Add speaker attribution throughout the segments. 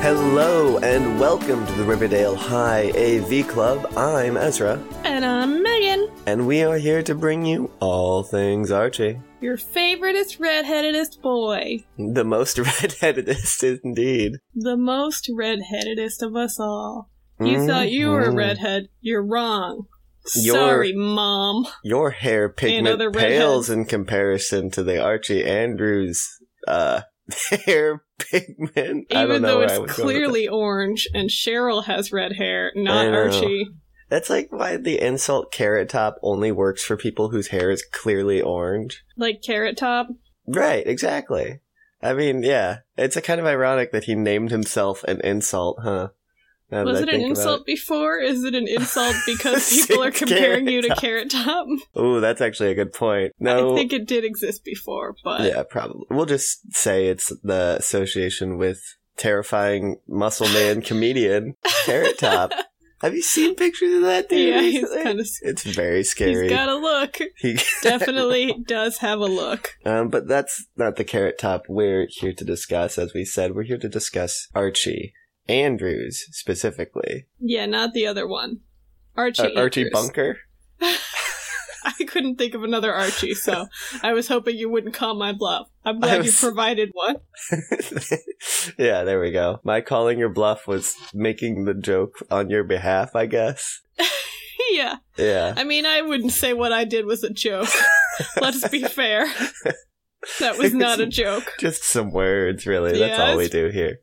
Speaker 1: Hello and welcome to the Riverdale High AV Club. I'm Ezra,
Speaker 2: And I'm Megan,
Speaker 1: and we are here to bring you all things Archie.
Speaker 2: your favoriteest redheadedest boy,
Speaker 1: The most redheadedest indeed.
Speaker 2: the most redheadedest of us all. You thought you were a
Speaker 1: Mhm.
Speaker 2: redhead. You're wrong.
Speaker 1: You're-
Speaker 2: Sorry, mom.
Speaker 1: Your hair pigment
Speaker 2: other
Speaker 1: pales in comparison to the Archie Andrews uh hair pigment. I don't
Speaker 2: Even
Speaker 1: know
Speaker 2: though
Speaker 1: where I
Speaker 2: it's
Speaker 1: was going with
Speaker 2: clearly orange and Cheryl has red hair,
Speaker 1: I
Speaker 2: not
Speaker 1: know.
Speaker 2: Archie.
Speaker 1: that. That's like why the insult carrot top only works for people whose hair is clearly orange.
Speaker 2: Like Carrot Top.
Speaker 1: Right, exactly. I mean, yeah, it's a kind of ironic that he named himself an insult, huh? Now that
Speaker 2: Was
Speaker 1: I
Speaker 2: it an
Speaker 1: think about
Speaker 2: insult before? Is it an insult because
Speaker 1: Say
Speaker 2: people are comparing
Speaker 1: Carrot
Speaker 2: you to
Speaker 1: Top.
Speaker 2: Carrot Top?
Speaker 1: it. Ooh, that's actually a good point. No,
Speaker 2: I think it did exist before, but
Speaker 1: yeah, probably. We'll just say it's the association with terrifying muscle man comedian Carrot Top. Have you seen pictures of that dude?
Speaker 2: yeah, he's
Speaker 1: recently?
Speaker 2: kind of
Speaker 1: It's very
Speaker 2: he's
Speaker 1: scary.
Speaker 2: got a look.
Speaker 1: He-
Speaker 2: Definitely does have a look.
Speaker 1: um, but that's not the carrot top we're here to discuss. As we said, we're here to discuss Archie Andrews specifically.
Speaker 2: Yeah, not the other one. Archie.
Speaker 1: Uh, Archie
Speaker 2: Andrews.
Speaker 1: Bunker.
Speaker 2: I couldn't think of another Archie, so I was hoping you wouldn't call my bluff. I'm
Speaker 1: I
Speaker 2: glad
Speaker 1: was-
Speaker 2: you provided one.
Speaker 1: yeah, there we go. My calling your bluff was making the joke on your behalf, I guess.
Speaker 2: yeah.
Speaker 1: Yeah.
Speaker 2: I mean, I wouldn't say what I did was a joke. Let's be fair. That was not a joke.
Speaker 1: Just some words, really. That's
Speaker 2: Yeah,
Speaker 1: all we
Speaker 2: it's-
Speaker 1: do here.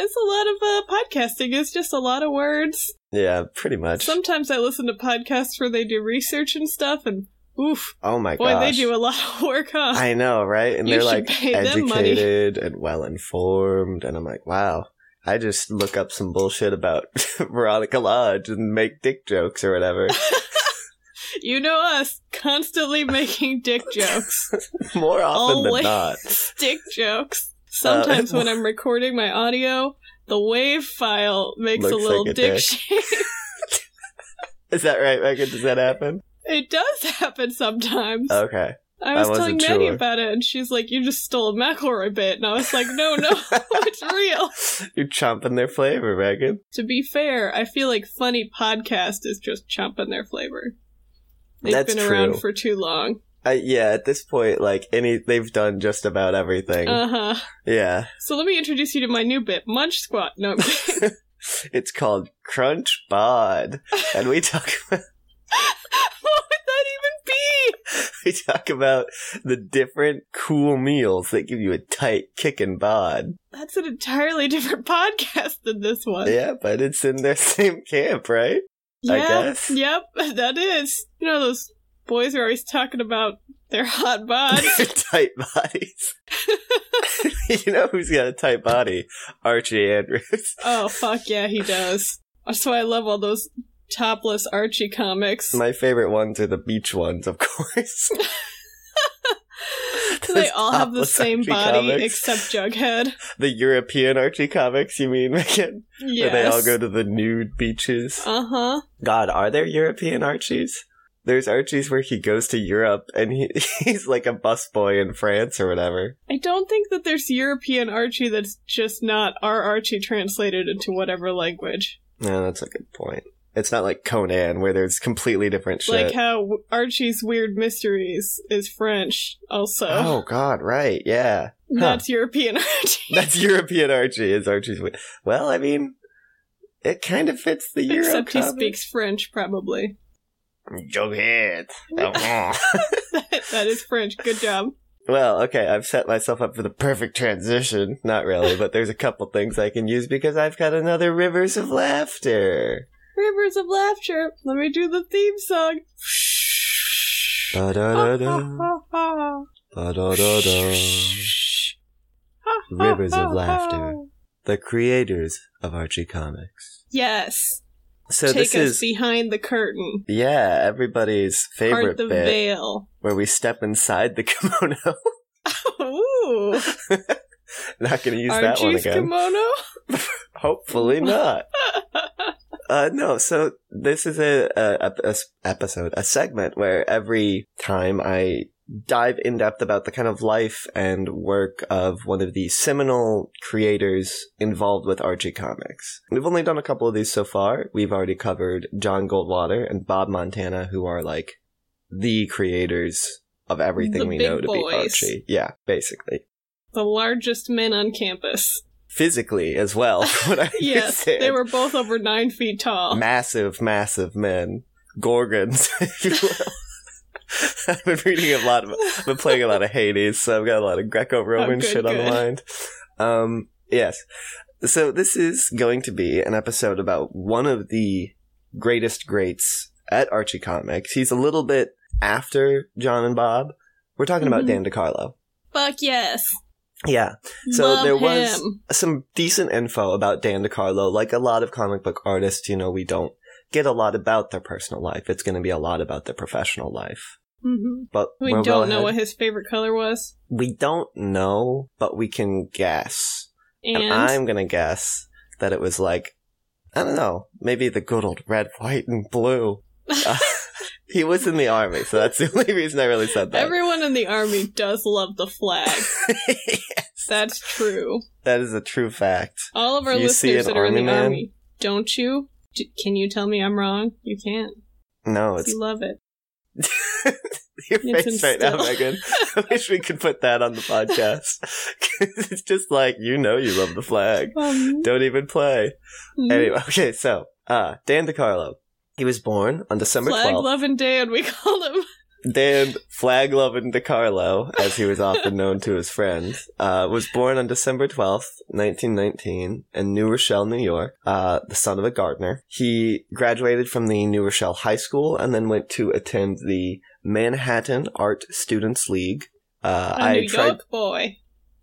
Speaker 2: It's a lot of uh, podcasting. It's just a lot of words.
Speaker 1: Yeah, pretty much.
Speaker 2: Sometimes I listen to podcasts where they do research and stuff, and oof,
Speaker 1: oh my
Speaker 2: boy,
Speaker 1: gosh.
Speaker 2: they do a lot of work, huh?
Speaker 1: I know, right? And
Speaker 2: You
Speaker 1: they're
Speaker 2: should
Speaker 1: like
Speaker 2: pay them money.
Speaker 1: educated and well informed, and I'm like, wow. I just look up some bullshit about Veronica Lodge and make dick jokes or whatever.
Speaker 2: You know us, constantly making dick jokes.
Speaker 1: More often than
Speaker 2: Always.
Speaker 1: not.
Speaker 2: dick jokes.
Speaker 1: Uh,
Speaker 2: Sometimes when I'm recording my audio, the wave file makes a
Speaker 1: Looks
Speaker 2: little
Speaker 1: like a
Speaker 2: dick
Speaker 1: dick.
Speaker 2: shape.
Speaker 1: Is that right, Megan? Does that happen?
Speaker 2: It does happen sometimes.
Speaker 1: Okay.
Speaker 2: I
Speaker 1: Uh, I
Speaker 2: was telling
Speaker 1: wasn't
Speaker 2: Maddie
Speaker 1: sure.
Speaker 2: about it, and she's like, "You just stole a McElroy bit," and I was like, "No, no, it's real."
Speaker 1: You're chomping their flavor, Megan.
Speaker 2: To be fair, I feel like funny podcast is just chomping their flavor. They've
Speaker 1: That's
Speaker 2: been around
Speaker 1: true.
Speaker 2: for too long.
Speaker 1: I, yeah, at this point, like any, they've done just about everything.
Speaker 2: Uh huh.
Speaker 1: yeah,
Speaker 2: So let me introduce you to my new bit, Munch Squat. No, I'm kidding.
Speaker 1: it's called Crunch Bod, and we talk
Speaker 2: what would that even be?
Speaker 1: we talk about the different cool meals that give you a tight kick and bod.
Speaker 2: That's an entirely different podcast than this one.
Speaker 1: Yeah, but it's in their same camp, right? I
Speaker 2: Yep,
Speaker 1: guess.
Speaker 2: Yep, that is. You know, those boys are always talking about their hot bods.
Speaker 1: Their tight bodies. you know who's got a tight body? Archie Andrews.
Speaker 2: oh, fuck yeah, he does. That's why I love all those topless Archie comics.
Speaker 1: My favorite ones are the beach ones, of course.
Speaker 2: they
Speaker 1: Those
Speaker 2: all have the
Speaker 1: topless
Speaker 2: same
Speaker 1: Archie
Speaker 2: body
Speaker 1: comics.
Speaker 2: except Jughead.
Speaker 1: the European Archie comics, you mean, Megan?
Speaker 2: Yes.
Speaker 1: Where they all go to the nude beaches.
Speaker 2: Uh huh.
Speaker 1: God, are there European Archies? There's Archies where he goes to Europe and he, he's like a busboy in France or whatever.
Speaker 2: I don't think that there's European Archie that's just not our Archie translated into whatever language.
Speaker 1: No, that's a good point. It's not like Conan where there's completely different shit.
Speaker 2: Like how w- Archie's Weird Mysteries is French, also.
Speaker 1: oh God, right? Yeah, Huh.
Speaker 2: That's European Archie.
Speaker 1: that's European Archie. Is Archie's wi- well? I mean, it kind of fits the Euro.
Speaker 2: Except he
Speaker 1: comic.
Speaker 2: speaks French, probably.
Speaker 1: Jughead. Oh.
Speaker 2: that is French. Good job.
Speaker 1: Well, okay, I've set myself up for the perfect transition. Not really, but there's a couple things I can use because I've got another Rivers of Laughter.
Speaker 2: Rivers of Laughter. Let me do the theme song.
Speaker 1: Ba-da-da-da, ba-da-da-da. Rivers of Laughter. The creators of Archie Comics.
Speaker 2: Yes.
Speaker 1: So
Speaker 2: Take
Speaker 1: this
Speaker 2: us
Speaker 1: is
Speaker 2: behind the curtain.
Speaker 1: yeah, everybody's
Speaker 2: Part
Speaker 1: favorite
Speaker 2: the
Speaker 1: bit
Speaker 2: veil.
Speaker 1: where we step inside the kimono.
Speaker 2: Ooh.
Speaker 1: Not going to use that one
Speaker 2: Archie's
Speaker 1: again.
Speaker 2: kimono?
Speaker 1: Hopefully not. uh, no, so this is a, a, a- a s- episode, a segment where every time I dive in depth about the kind of life and work of one of the seminal creators involved with Archie Comics. We've only done a couple of these so far. We've already covered John Goldwater and Bob Montana, who are like the creators of everything
Speaker 2: The
Speaker 1: we
Speaker 2: big
Speaker 1: know to be
Speaker 2: boys.
Speaker 1: Archie. Yeah, basically.
Speaker 2: The largest men on campus.
Speaker 1: Physically as well, from what I
Speaker 2: Yes,
Speaker 1: understand.
Speaker 2: they were both over nine feet tall.
Speaker 1: massive, massive men. Gorgons, if you will. I've been reading a lot of I've been playing a lot of Hades, so I've got a lot of Greco Roman
Speaker 2: Oh, good,
Speaker 1: shit on the
Speaker 2: good.
Speaker 1: mind. Um yes. So this is going to be an episode about one of the greatest greats at Archie Comics. He's a little bit after John and Bob. We're talking about
Speaker 2: Mhm.
Speaker 1: Dan DiCarlo.
Speaker 2: Fuck yes.
Speaker 1: Yeah. So
Speaker 2: Love
Speaker 1: there was-
Speaker 2: him.
Speaker 1: some decent info about Dan DiCarlo. Like a lot of comic book artists, you know, we don't get a lot about their personal life. It's going to be a lot about their professional life.
Speaker 2: Mhm.
Speaker 1: But
Speaker 2: We
Speaker 1: we're well
Speaker 2: don't know
Speaker 1: ahead.
Speaker 2: what his favorite color was.
Speaker 1: we don't know, but we can guess.
Speaker 2: And,
Speaker 1: And, I'm going to guess that it was like, I don't know, maybe the good old red, white, and blue. Uh, he was in the army, so that's the only reason I really said that.
Speaker 2: everyone in the army does love the flag. That's true.
Speaker 1: that is a true fact.
Speaker 2: All of our
Speaker 1: You see
Speaker 2: listeners
Speaker 1: an
Speaker 2: that are in the
Speaker 1: army man?
Speaker 2: army, don't you? D- can you tell me I'm wrong? You can't.
Speaker 1: No, it's
Speaker 2: You love it.
Speaker 1: your
Speaker 2: It's
Speaker 1: face right now,
Speaker 2: instilled.
Speaker 1: Megan. I wish we could put that on the podcast. 'Cause it's just like, you know you love the flag.
Speaker 2: Um,
Speaker 1: Don't even play.
Speaker 2: mm.
Speaker 1: Anyway, okay, so, uh, Dan DiCarlo. He was born on December
Speaker 2: mm, flag
Speaker 1: 12th.
Speaker 2: loving Dan, we call him.
Speaker 1: Dan Flag Lovin' DiCarlo, as he was often known to his friends, uh, was born on December 12th, 1919, in New Rochelle, New York, uh, the son of a gardener. He graduated from the New Rochelle High School and then went to attend the Manhattan Art Students League. Uh,
Speaker 2: A
Speaker 1: I
Speaker 2: New
Speaker 1: tried.
Speaker 2: York boy.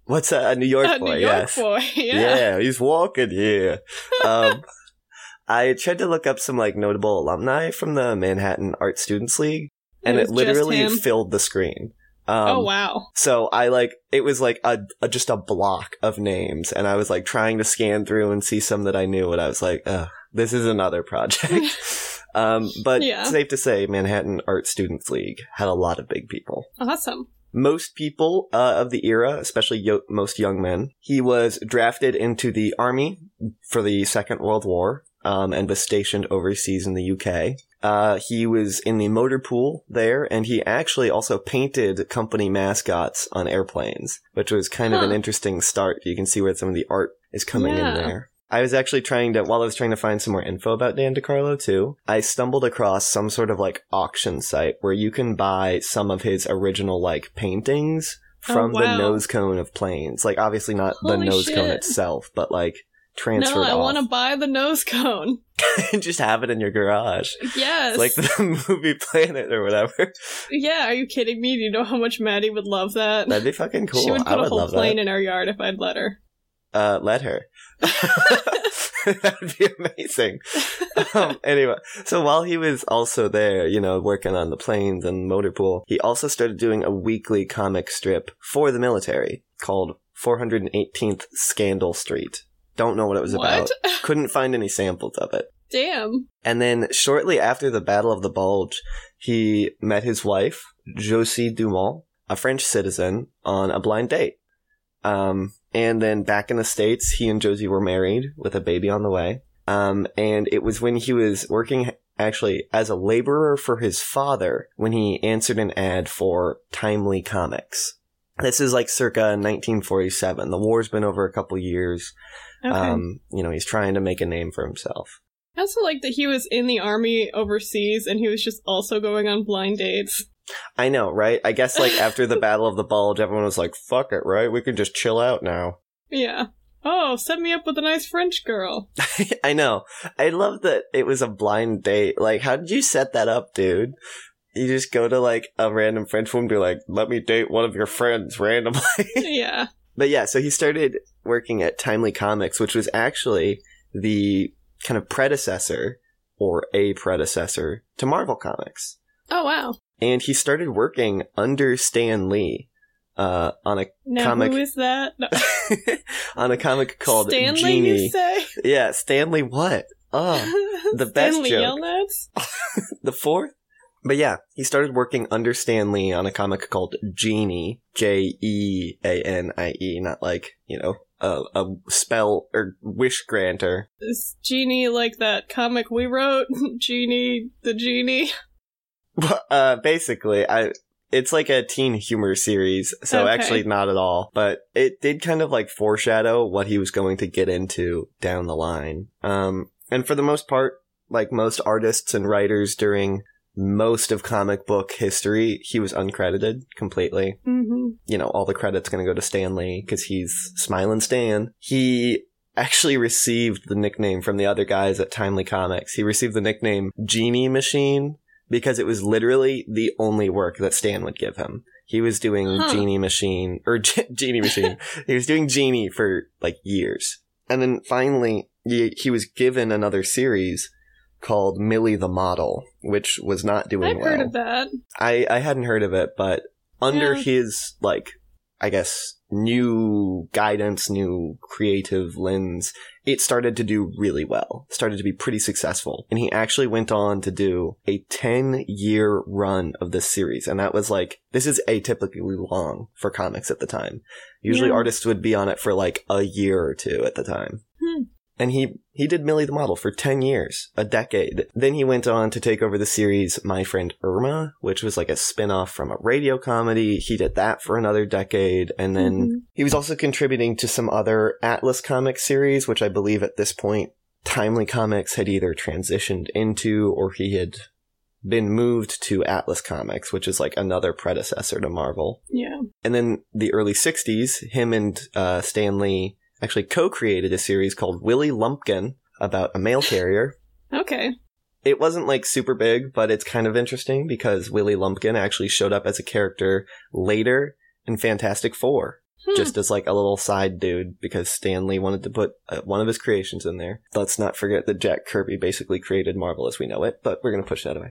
Speaker 1: What's that? A New York
Speaker 2: a
Speaker 1: boy,
Speaker 2: New York
Speaker 1: yes.
Speaker 2: boy.
Speaker 1: Yeah.
Speaker 2: Yeah.
Speaker 1: he's walking here. Um, I tried to look up some like notable alumni from the Manhattan Art Students League, and it,
Speaker 2: was just
Speaker 1: literally
Speaker 2: him.
Speaker 1: filled the screen. Um,
Speaker 2: oh wow.
Speaker 1: So I like it was like a, a just a block of names, and I was like trying to scan through and see some that I knew, and I was like, Ugh, this is another project. um, but
Speaker 2: Yeah.
Speaker 1: safe to say, Manhattan Art Students League had a lot of big people
Speaker 2: Awesome.
Speaker 1: most people uh, of the era, especially yo- most young men. He was drafted into the army for the Second World War um, and was stationed overseas in the UK. Uh, he was in the motor pool there, and he actually also painted company mascots on airplanes, which was kind of an
Speaker 2: Huh.
Speaker 1: interesting start. You can see where some of the art is coming
Speaker 2: Yeah.
Speaker 1: in there. I was actually trying to, while I was trying to find some more info about Dan DiCarlo too, I stumbled across some sort of like auction site where you can buy some of his original like paintings
Speaker 2: Oh,
Speaker 1: from the
Speaker 2: wow.
Speaker 1: nose cone of planes. Like obviously not the
Speaker 2: Holy
Speaker 1: nose cone
Speaker 2: shit.
Speaker 1: itself, but like transferred
Speaker 2: No, I want to
Speaker 1: off
Speaker 2: buy the nose cone.
Speaker 1: and just have it in your garage. It's
Speaker 2: Yes.
Speaker 1: Like the movie Planet or whatever.
Speaker 2: yeah. Are you kidding me? Do you know how much Maddie would love that?
Speaker 1: That'd be fucking cool.
Speaker 2: She would put
Speaker 1: I would
Speaker 2: a whole
Speaker 1: love
Speaker 2: plane
Speaker 1: that.
Speaker 2: in our yard if I'd let her.
Speaker 1: Uh, let her. that would be amazing. um, anyway, so while he was also there, you know, working on the planes and motor pool, he also started doing a weekly comic strip for the military called 418th Scandal Street. Don't know what it was about.
Speaker 2: What?
Speaker 1: Couldn't find any samples of it.
Speaker 2: Damn.
Speaker 1: And then shortly after the Battle of the Bulge, he met his wife, Josie Dumont, a French citizen, on a blind date. Um, and then back in the States, he and Josie were married with a baby on the way. Um, and it was when he was working actually as a laborer for his father when he answered an ad for Timely Comics. This is like circa 1947. The war's been over a couple years.
Speaker 2: Okay.
Speaker 1: Um, you know, he's trying to make a name for himself.
Speaker 2: I also like that he was in the army overseas and he was just also going on blind dates.
Speaker 1: I know, right? I guess like after the Battle of the Bulge, everyone was like, "Fuck it, right? We can just chill out now."
Speaker 2: Yeah. Oh, set me up with a nice French girl.
Speaker 1: I know. I love that it was a blind date. Like, how did you set that up, dude? You just go to like a random French woman, and be like, "Let me date one of your friends randomly."
Speaker 2: yeah.
Speaker 1: but yeah, so he started working at Timely Comics, which was actually the kind of predecessor or a predecessor to Marvel Comics.
Speaker 2: Oh wow.
Speaker 1: and he started working under Stan Lee uh, on a
Speaker 2: Now
Speaker 1: Comic-
Speaker 2: who is that? No.
Speaker 1: on a comic called
Speaker 2: Stanley,
Speaker 1: Genie.
Speaker 2: you say?
Speaker 1: yeah, Stanley what? Oh, the best
Speaker 2: Stanley
Speaker 1: joke.
Speaker 2: Yelnats?
Speaker 1: the fourth But yeah, he started working under Stan Lee on a comic called Genie, J E A N I E, not like, you know, a, a spell or wish granter.
Speaker 2: Is Genie like that comic we wrote? Genie, the Genie?
Speaker 1: But, uh, basically, I. It's like a teen humor series, so
Speaker 2: Okay.
Speaker 1: actually not at all. But it did kind of like foreshadow what he was going to get into down the line. Um, and for the most part, like most artists and writers during most of comic book history, he was uncredited completely
Speaker 2: Mm-hmm.
Speaker 1: you know, all the credit's going to go to Stanley because he's Smiling Stan. He actually received the nickname from the other guys at Timely Comics. He received the nickname Genie Machine because it was literally the only work that Stan would give him. He was doing
Speaker 2: Huh.
Speaker 1: Genie Machine or Ge- Genie Machine. he was doing Genie for like years. And then finally, he, he was given another series called Millie the Model, which was not doing
Speaker 2: I've
Speaker 1: well.
Speaker 2: heard of that.
Speaker 1: I I hadn't heard of it, but under
Speaker 2: Yeah.
Speaker 1: his like I guess new guidance, new creative lens, it started to do really well. Started to be pretty successful. And he actually went on to do a 10-year run of this series, and that was like this is atypically long for comics at the time. Usually
Speaker 2: Yeah.
Speaker 1: artists would be on it for like a year or two at the time and he he did Millie the Model for 10 years, a decade. Then he went on to take over the series My Friend Irma, which was like a spin-off from a radio comedy. He did that for another decade and then
Speaker 2: Mhm.
Speaker 1: he was also contributing to some other Atlas comic series, which I believe at this point Timely Comics had either transitioned into or he had been moved to Atlas Comics, which is like another predecessor to Marvel.
Speaker 2: Yeah.
Speaker 1: And then the early 60s, him and uh, Stanley actually co created a series called Willie Lumpkin about a mail carrier.
Speaker 2: Okay.
Speaker 1: It wasn't like super big, but it's kind of interesting because Willie Lumpkin actually showed up as a character later in Fantastic Four,
Speaker 2: Hmm.
Speaker 1: just as like a little side dude because Stanley wanted to put uh, one of his creations in there. Let's not forget that Jack Kirby basically created Marvel as we know it, but we're going to push that away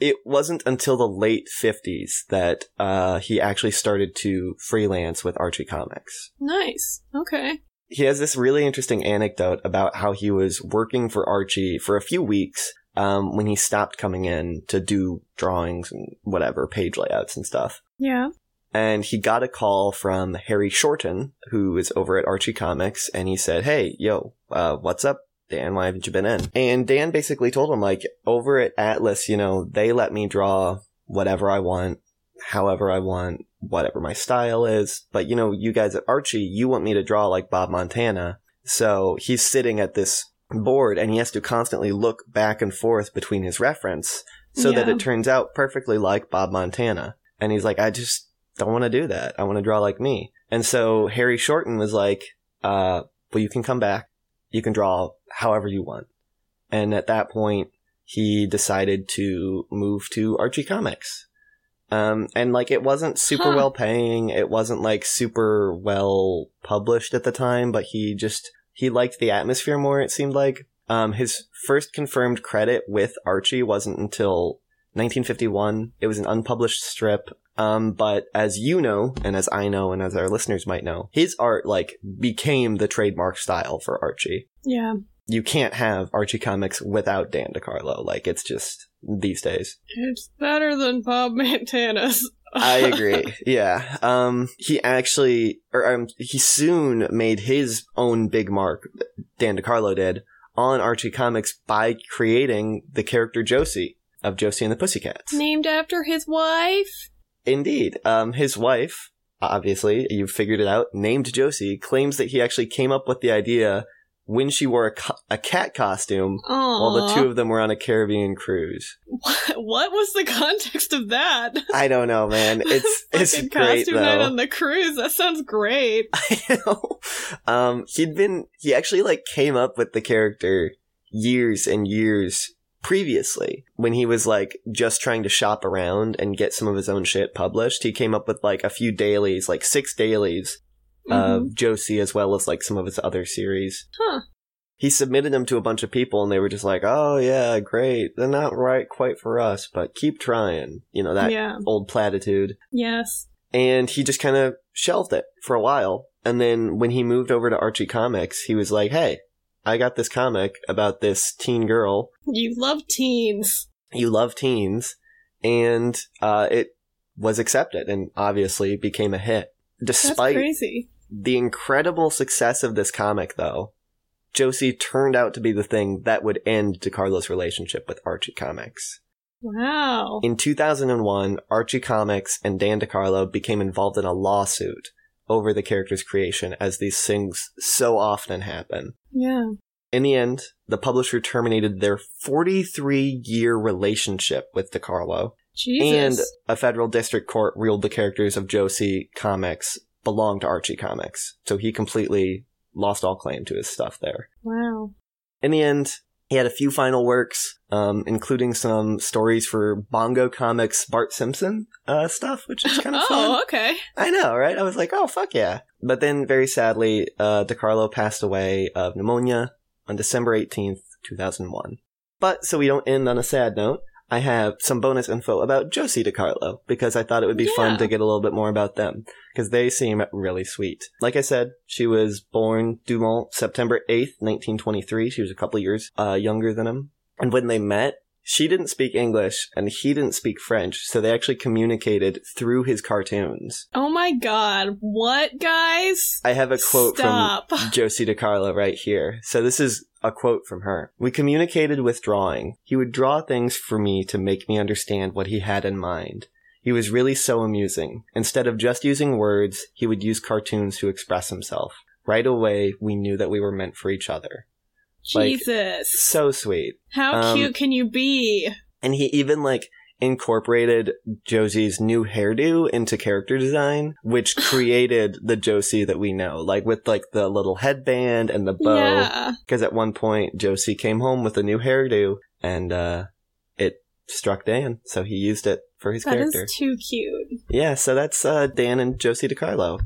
Speaker 1: it wasn't until the late 50s that uh, he actually started to freelance with Archie Comics.
Speaker 2: nice. Okay.
Speaker 1: He has this really interesting anecdote about how he was working for Archie for a few weeks um, when he stopped coming in to do drawings and whatever, page layouts and stuff.
Speaker 2: Yeah.
Speaker 1: And he got a call from Harry Shorten, who is over at Archie Comics, and he said, Hey, yo, uh, what's up? Dan, why haven't you been in? And Dan basically told him, like, over at Atlas, you know, they let me draw whatever I want, however I want, whatever my style is. But, you know, you guys at Archie, you want me to draw like Bob Montana. So he's sitting at this board and he has to constantly look back and forth between his reference so that
Speaker 2: Yeah.
Speaker 1: it turns out perfectly like Bob Montana. And he's like, I just don't want to do that. I want to draw like me. And so Harry Shorten was like, uh, well, you can come back you can draw however you want. And at that point, he decided to move to Archie Comics. Um, and like it wasn't super
Speaker 2: Huh.
Speaker 1: well paying, it wasn't like super well published at the time, but he just he liked the atmosphere more, it seemed like. Um, his first confirmed credit with Archie wasn't until 1951. It was an unpublished strip. Um, but as you know, and as I know, and as our listeners might know, his art like became the trademark style for Archie
Speaker 2: Yeah.
Speaker 1: you can't have Archie comics without Dan DiCarlo. Like it's just these days.
Speaker 2: It's better than Bob Montana's.
Speaker 1: I agree. yeah. Um. He actually, or um, he soon made his own big mark. Dan DiCarlo did on Archie comics by creating the character Josie of Josie and the Pussycats.
Speaker 2: Named after his wife.
Speaker 1: Indeed. Um, his wife, obviously, you figured it out, named Josie, claims that he actually came up with the idea when she wore a, co- a cat costume
Speaker 2: Aww.
Speaker 1: while the two of them were on a Caribbean cruise.
Speaker 2: what was the context of that?
Speaker 1: I don't know, man. It's it's
Speaker 2: Fucking
Speaker 1: great
Speaker 2: costume night
Speaker 1: though.
Speaker 2: on the cruise. That sounds great.
Speaker 1: um, he'd been he actually like came up with the character years and years previously when he was like just trying to shop around and get some of his own shit published. He came up with like a few dailies, like six dailies
Speaker 2: Mhm.
Speaker 1: of Josie as well as like some of his other series.
Speaker 2: Huh.
Speaker 1: He submitted them to a bunch of people and they were just like, "Oh yeah, great. They're not right quite for us, but keep trying." You know that
Speaker 2: yeah.
Speaker 1: old platitude.
Speaker 2: Yes.
Speaker 1: and he just kind of shelved it for a while. And then when he moved over to Archie Comics, he was like, "Hey, I got this comic about this teen girl.
Speaker 2: You love teens.
Speaker 1: You love teens. and uh, it was accepted and obviously became a hit.
Speaker 2: That's
Speaker 1: Despite
Speaker 2: crazy.
Speaker 1: the incredible success of this comic, though, Josie turned out to be the thing that would end DiCarlo's relationship with Archie Comics.
Speaker 2: Wow.
Speaker 1: In 2001, Archie Comics and Dan DiCarlo became involved in a lawsuit over the character's creation, as these things so often happen.
Speaker 2: Yeah.
Speaker 1: In the end, the publisher terminated their 43 year relationship with DiCarlo,
Speaker 2: Jesus.
Speaker 1: and a federal district court ruled the characters of Josie Comics belonged to Archie Comics. So he completely lost all claim to his stuff there.
Speaker 2: wow.
Speaker 1: In the end, he had a few final works, um, including some stories for Bongo Comics Bart Simpson uh, stuff, which is kind of
Speaker 2: oh,
Speaker 1: fun.
Speaker 2: okay.
Speaker 1: I know, right? I was like, oh, fuck yeah. But then, very sadly, uh, DiCarlo passed away of pneumonia on December 18th, 2001. But, so we don't end on a sad note, I have some bonus info about Josie DiCarlo because I thought it would be
Speaker 2: Yeah.
Speaker 1: fun to get a little bit more about them because they seem really sweet. Like I said, she was born Dumont September 8th, 1923. She was a couple years uh, younger than him. And when they met, she didn't speak English and he didn't speak French, so they actually communicated through his cartoons.
Speaker 2: Oh my god. What, guys?
Speaker 1: I have a quote
Speaker 2: Stop.
Speaker 1: from Josie DiCarlo right here. So this is a quote from her. We communicated with drawing. He would draw things for me to make me understand what he had in mind. He was really so amusing. Instead of just using words, he would use cartoons to express himself. Right away, we knew that we were meant for each other. like-
Speaker 2: Jesus.
Speaker 1: So sweet.
Speaker 2: How
Speaker 1: um,
Speaker 2: cute can you be?
Speaker 1: And he even like incorporated Josie's new hairdo into character design, which created the Josie that we know, like with like the little headband and the bow.
Speaker 2: Yeah.
Speaker 1: because at one point Josie came home with a new hairdo and uh, it struck Dan, so he used it for his
Speaker 2: That is
Speaker 1: character.
Speaker 2: too cute.
Speaker 1: yeah, so that's uh, Dan and Josie DiCarlo,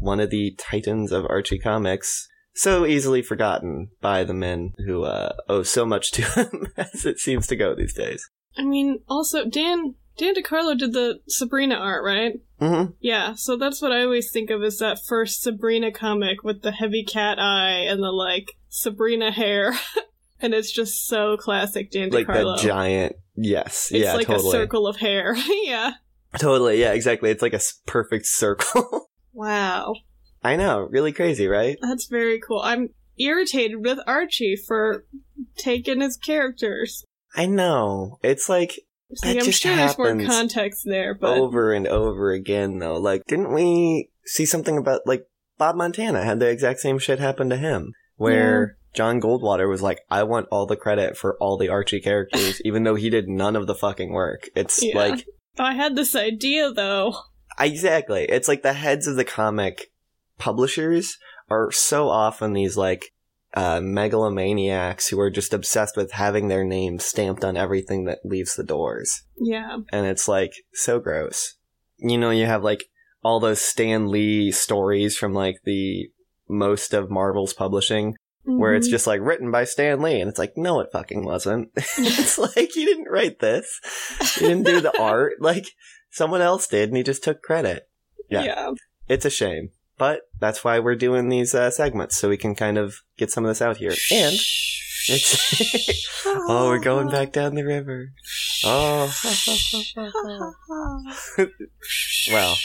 Speaker 1: one of the titans of Archie comics. So easily forgotten by the men who uh, owe so much to him as it seems to go these days.
Speaker 2: I mean, also, Dan. Dan DiCarlo did the Sabrina art, right?
Speaker 1: hmm
Speaker 2: Yeah, so that's what I always think of as that first Sabrina comic with the heavy cat eye and the like Sabrina hair, and it's just so classic Dan
Speaker 1: Like
Speaker 2: DiCarlo.
Speaker 1: that giant. Yes.
Speaker 2: it's
Speaker 1: yeah.
Speaker 2: like
Speaker 1: totally.
Speaker 2: a circle of hair. yeah.
Speaker 1: Totally. Yeah. Exactly. It's like a s- perfect circle.
Speaker 2: Wow,
Speaker 1: I know. Really crazy, right?
Speaker 2: that's very cool. I'm irritated with Archie for taking his characters.
Speaker 1: I know. It's like
Speaker 2: It's like,
Speaker 1: That
Speaker 2: I'm
Speaker 1: just
Speaker 2: sure there's more
Speaker 1: happens Oh.
Speaker 2: context there, but
Speaker 1: over and over again though. Like, didn't we see something about like Bob Montana had the exact same shit happen to him where John Goldwater was like, I want all the credit for all the Archie characters, even though he did none of the fucking work. It's
Speaker 2: Yeah.
Speaker 1: like
Speaker 2: I had this idea though.
Speaker 1: exactly. It's like the heads of the comic publishers are so often these like uh, megalomaniacs who are just obsessed with having their name stamped on everything that leaves the doors.
Speaker 2: Yeah,
Speaker 1: and it's like so gross. You know, you have like all those Stan Lee stories from like the most of Marvel's publishing where it's
Speaker 2: Mhm.
Speaker 1: just like written by Stan Lee and it's like no it fucking wasn't. it's like you didn't write this. You didn't do the art. Like someone else did and he just took credit. yeah.
Speaker 2: Mm-hmm. yeah.
Speaker 1: It's a shame. But that's why we're doing these uh, segments so we can kind of get some of this out here. And it's Oh, we're going back down the river. Oh. Well,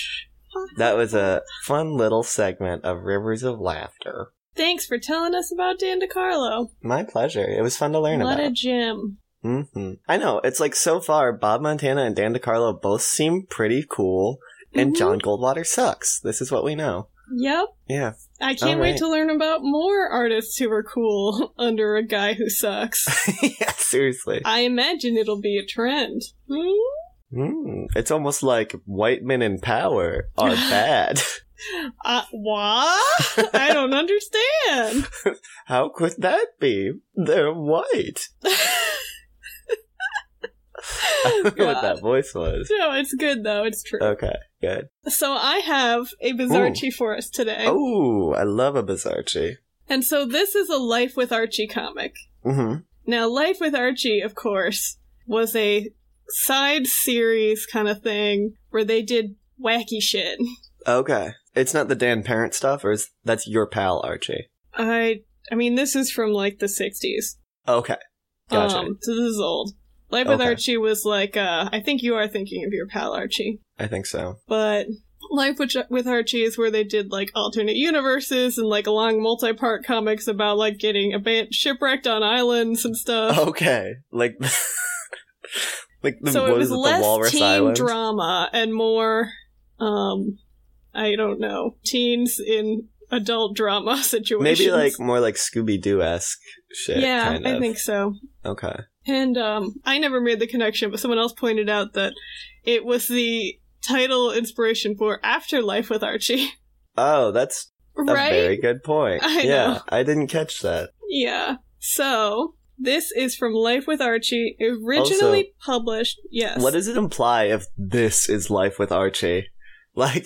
Speaker 1: That was a fun little segment of Rivers of Laughter.
Speaker 2: Thanks for telling us about Dan DiCarlo.
Speaker 1: My pleasure. It was fun to learn
Speaker 2: What a
Speaker 1: about.
Speaker 2: gem.
Speaker 1: hmm I know. It's like so far, Bob Montana and Dan DiCarlo both seem pretty cool, and
Speaker 2: Mhm.
Speaker 1: John Goldwater sucks. This is what we know.
Speaker 2: Yep.
Speaker 1: Yeah.
Speaker 2: I can't
Speaker 1: All
Speaker 2: wait
Speaker 1: right.
Speaker 2: to learn about more artists who are cool under a guy who sucks.
Speaker 1: yeah, seriously.
Speaker 2: I imagine it'll be a trend. Hmm?
Speaker 1: Mm, it's almost like white men in power are bad.
Speaker 2: Uh, what? I don't understand.
Speaker 1: How could that be? They're white. I don't know what
Speaker 2: God.
Speaker 1: that Uh, voice was.
Speaker 2: No, it's good though. It's true.
Speaker 1: Okay, good.
Speaker 2: So I have a Bizarchi for us today.
Speaker 1: Oh, I love a Bizarchi.
Speaker 2: And so this is a Life with Archie comic.
Speaker 1: hmm
Speaker 2: Now, Life with Archie, of course, was a side series kind of thing where they did wacky shit.
Speaker 1: Okay. It's not the Dan Parent stuff, or is that's your pal Archie?
Speaker 2: I I mean, this is from like the 60s.
Speaker 1: Okay. Gotcha.
Speaker 2: Um, so this is old. Life with
Speaker 1: Okay.
Speaker 2: Archie was like, uh, I think you are thinking of your pal Archie,
Speaker 1: I think so.
Speaker 2: but Life with, with Archie is where they did like alternate universes and like long multi part comics about like getting aban- shipwrecked on islands and stuff.
Speaker 1: Okay, like, like the
Speaker 2: so
Speaker 1: what
Speaker 2: it was
Speaker 1: is it,
Speaker 2: less
Speaker 1: the Walrus
Speaker 2: teen
Speaker 1: Island?
Speaker 2: drama and more, um, I don't know, teens in adult drama situations.
Speaker 1: Maybe like more like Scooby Doo esque shit.
Speaker 2: yeah,
Speaker 1: kind
Speaker 2: I
Speaker 1: of.
Speaker 2: think so.
Speaker 1: Okay.
Speaker 2: And um, I never made the connection, but someone else pointed out that it was the title inspiration for Afterlife with Archie,
Speaker 1: Oh, that's a
Speaker 2: right?
Speaker 1: very good point.
Speaker 2: I
Speaker 1: yeah,
Speaker 2: know.
Speaker 1: I didn't catch that.
Speaker 2: Yeah. So this is from Life with Archie, originally published. Yes.
Speaker 1: What does it imply if this is life with Archie? Like,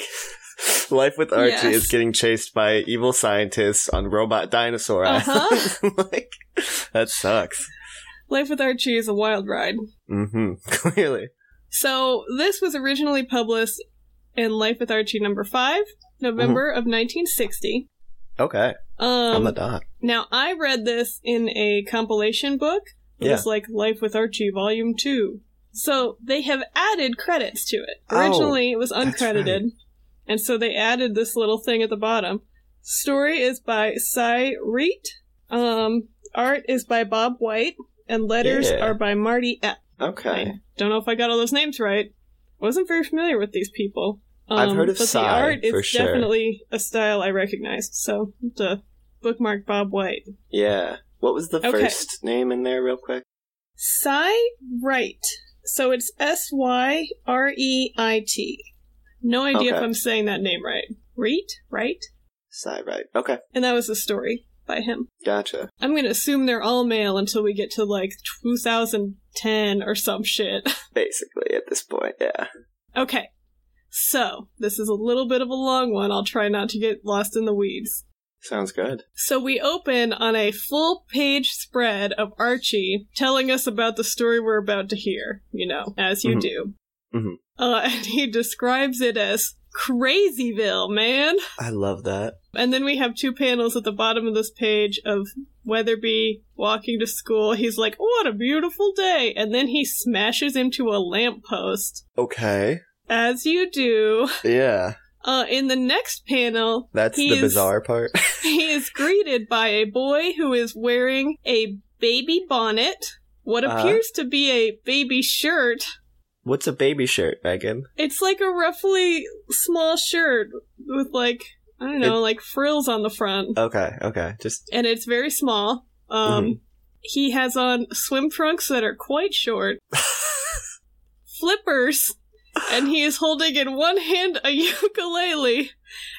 Speaker 1: life with Archie
Speaker 2: Yes.
Speaker 1: is getting chased by evil scientists on robot dinosaur
Speaker 2: Uh-huh.
Speaker 1: islands. like, that sucks.
Speaker 2: Life with Archie is a wild ride.
Speaker 1: Mm-hmm. Clearly.
Speaker 2: So this was originally published in Life with Archie number five, November of 1960.
Speaker 1: Okay.
Speaker 2: Um,
Speaker 1: Mm-hmm. I'm the doc.
Speaker 2: Now, I read this in a compilation book. It
Speaker 1: Yeah.
Speaker 2: was like Life with Archie Volume 2. So they have added credits to it.
Speaker 1: Oh,
Speaker 2: Originally, it was
Speaker 1: that's
Speaker 2: uncredited. And so they added this little thing at the bottom. Story is by Cy Reet. Um, art is by Bob White. And letters
Speaker 1: Yeah.
Speaker 2: are by Marty Epp.
Speaker 1: Okay.
Speaker 2: I don't know if I got all those names right. Wasn't very familiar with these people. Um,
Speaker 1: I've heard of
Speaker 2: but
Speaker 1: Psy,
Speaker 2: the art
Speaker 1: for
Speaker 2: is
Speaker 1: sure.
Speaker 2: definitely a style I recognized. So the bookmark Bob White.
Speaker 1: Yeah. What was the
Speaker 2: Okay.
Speaker 1: first name in there, real quick?
Speaker 2: Psy Wright. So it's S Y R E I T. No idea if
Speaker 1: Okay.
Speaker 2: I'm saying that name right. Reet, right?
Speaker 1: Cy, right. Okay.
Speaker 2: And that was the story by him.
Speaker 1: Gotcha.
Speaker 2: I'm gonna assume they're all male until we get to like 2010 or some shit.
Speaker 1: Basically, at this point, yeah.
Speaker 2: Okay. So, this is a little bit of a long one. I'll try not to get lost in the weeds.
Speaker 1: Sounds good.
Speaker 2: So, we open on a full page spread of Archie telling us about the story we're about to hear, you know, as you
Speaker 1: Mhm.
Speaker 2: do.
Speaker 1: Mhm.
Speaker 2: Uh, and he describes it as Crazyville, man.
Speaker 1: I love that.
Speaker 2: And then we have two panels at the bottom of this page of Weatherby walking to school. He's like, What a beautiful day! And then he smashes into a lamppost.
Speaker 1: Okay.
Speaker 2: As you do.
Speaker 1: Yeah.
Speaker 2: Uh, in the next panel,
Speaker 1: That's
Speaker 2: He
Speaker 1: the
Speaker 2: is-
Speaker 1: bizarre part.
Speaker 2: he is greeted by a boy who is wearing a baby bonnet, what
Speaker 1: Uh-huh.
Speaker 2: appears to be a baby shirt.
Speaker 1: What's a baby shirt, Megan?
Speaker 2: It's like a roughly small shirt with like, I don't know, like frills on the front.
Speaker 1: Okay, okay. Just
Speaker 2: and it's very small. Um, He has on swim trunks that are quite short, flippers, and he is holding in one hand a ukulele,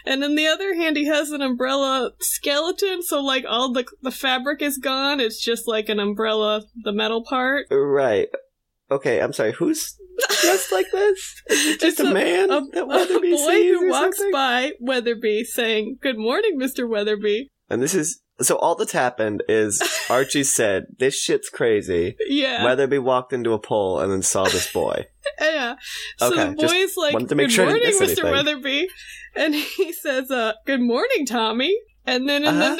Speaker 2: and in the other hand he has an umbrella skeleton. So like all the the fabric is gone. It's just like an umbrella, the metal part.
Speaker 1: right. Okay, I'm sorry. Who's dressed like this? Is it just
Speaker 2: It's
Speaker 1: a,
Speaker 2: a-
Speaker 1: man
Speaker 2: A,
Speaker 1: that
Speaker 2: a
Speaker 1: Weatherby
Speaker 2: boy
Speaker 1: sees
Speaker 2: who
Speaker 1: or
Speaker 2: walks
Speaker 1: something?
Speaker 2: by Weatherby saying, "Good morning, Mister Weatherby."
Speaker 1: And this is so. All that's happened is Archie said, "This shit's crazy."
Speaker 2: Yeah,
Speaker 1: Weatherby walked into a pole and then saw this boy.
Speaker 2: Yeah. So
Speaker 1: Okay,
Speaker 2: the
Speaker 1: just
Speaker 2: boy's like,
Speaker 1: wanted to make
Speaker 2: "Good
Speaker 1: sure I didn't
Speaker 2: morning, Mr.
Speaker 1: miss anything."
Speaker 2: Weatherby," and he says, "Uh, good morning, Tommy." And then in
Speaker 1: Uh-huh.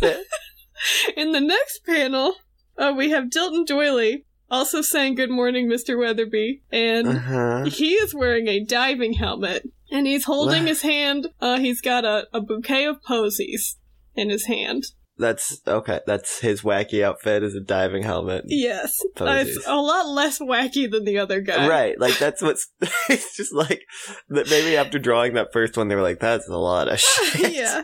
Speaker 1: it.
Speaker 2: the in the next panel, uh, we have Dilton Doily also saying, "Good morning, Mr. Weatherby," and
Speaker 1: Uh-huh.
Speaker 2: he is wearing a diving helmet and he's holding
Speaker 1: Wow.
Speaker 2: his hand. Uh, he's got a, a bouquet of posies in his hand.
Speaker 1: That's okay. That's his wacky outfit is a diving helmet.
Speaker 2: Yes, Uh,
Speaker 1: Posies.
Speaker 2: it's a lot less wacky than the other guy.
Speaker 1: Right, like that's what's. it's just like that. Maybe after drawing that first one, they were like, "That's a lot of shit."
Speaker 2: yeah.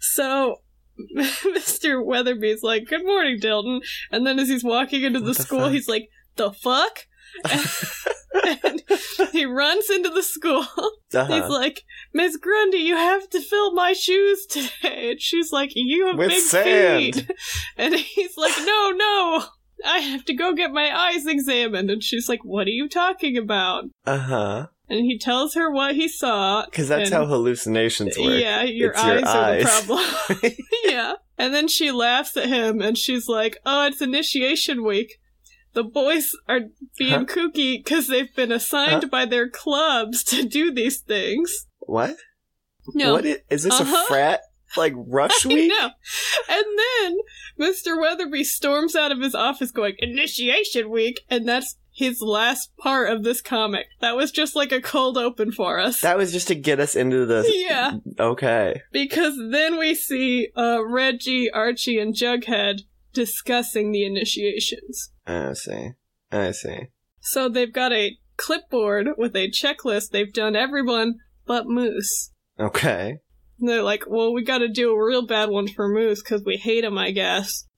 Speaker 2: So Mr. Weatherby's like, Good morning, Dilton. And then as he's walking into the,
Speaker 1: What the
Speaker 2: school,
Speaker 1: fuck?
Speaker 2: he's like, The fuck? and he runs into the school. He's
Speaker 1: Uh-huh.
Speaker 2: like, Miss Grundy, you have to fill my shoes today. And she's like, You have
Speaker 1: With
Speaker 2: big
Speaker 1: sand."
Speaker 2: feet. And he's like, No, no. I have to go get my eyes examined. And she's like, What are you talking about?
Speaker 1: Uh huh.
Speaker 2: And he tells her what he saw.
Speaker 1: Because that's
Speaker 2: and-
Speaker 1: how hallucinations work.
Speaker 2: Yeah, your
Speaker 1: It's your
Speaker 2: eyes are the
Speaker 1: eyes.
Speaker 2: problem. yeah. And then she laughs at him and she's like, oh, it's initiation week. The boys are being
Speaker 1: Huh?
Speaker 2: kooky 'cause because they've been assigned by their clubs to do these things.
Speaker 1: What?
Speaker 2: No.
Speaker 1: What i- is, this
Speaker 2: Uh-huh.
Speaker 1: a frat like rush
Speaker 2: I
Speaker 1: week?
Speaker 2: know. And then Mr. Weatherby storms out of his office going, Initiation Week! And that's his last part of this comic. That was just like a cold open for us.
Speaker 1: That was just to get us into the.
Speaker 2: yeah,
Speaker 1: Okay.
Speaker 2: because then we see uh, Reggie, Archie, and Jughead discussing the initiations.
Speaker 1: I see. I see.
Speaker 2: So they've got a clipboard with a checklist. They've done everyone but Moose.
Speaker 1: Okay.
Speaker 2: And they're like, well, we gotta do a real bad one for Moose because we hate him, I guess.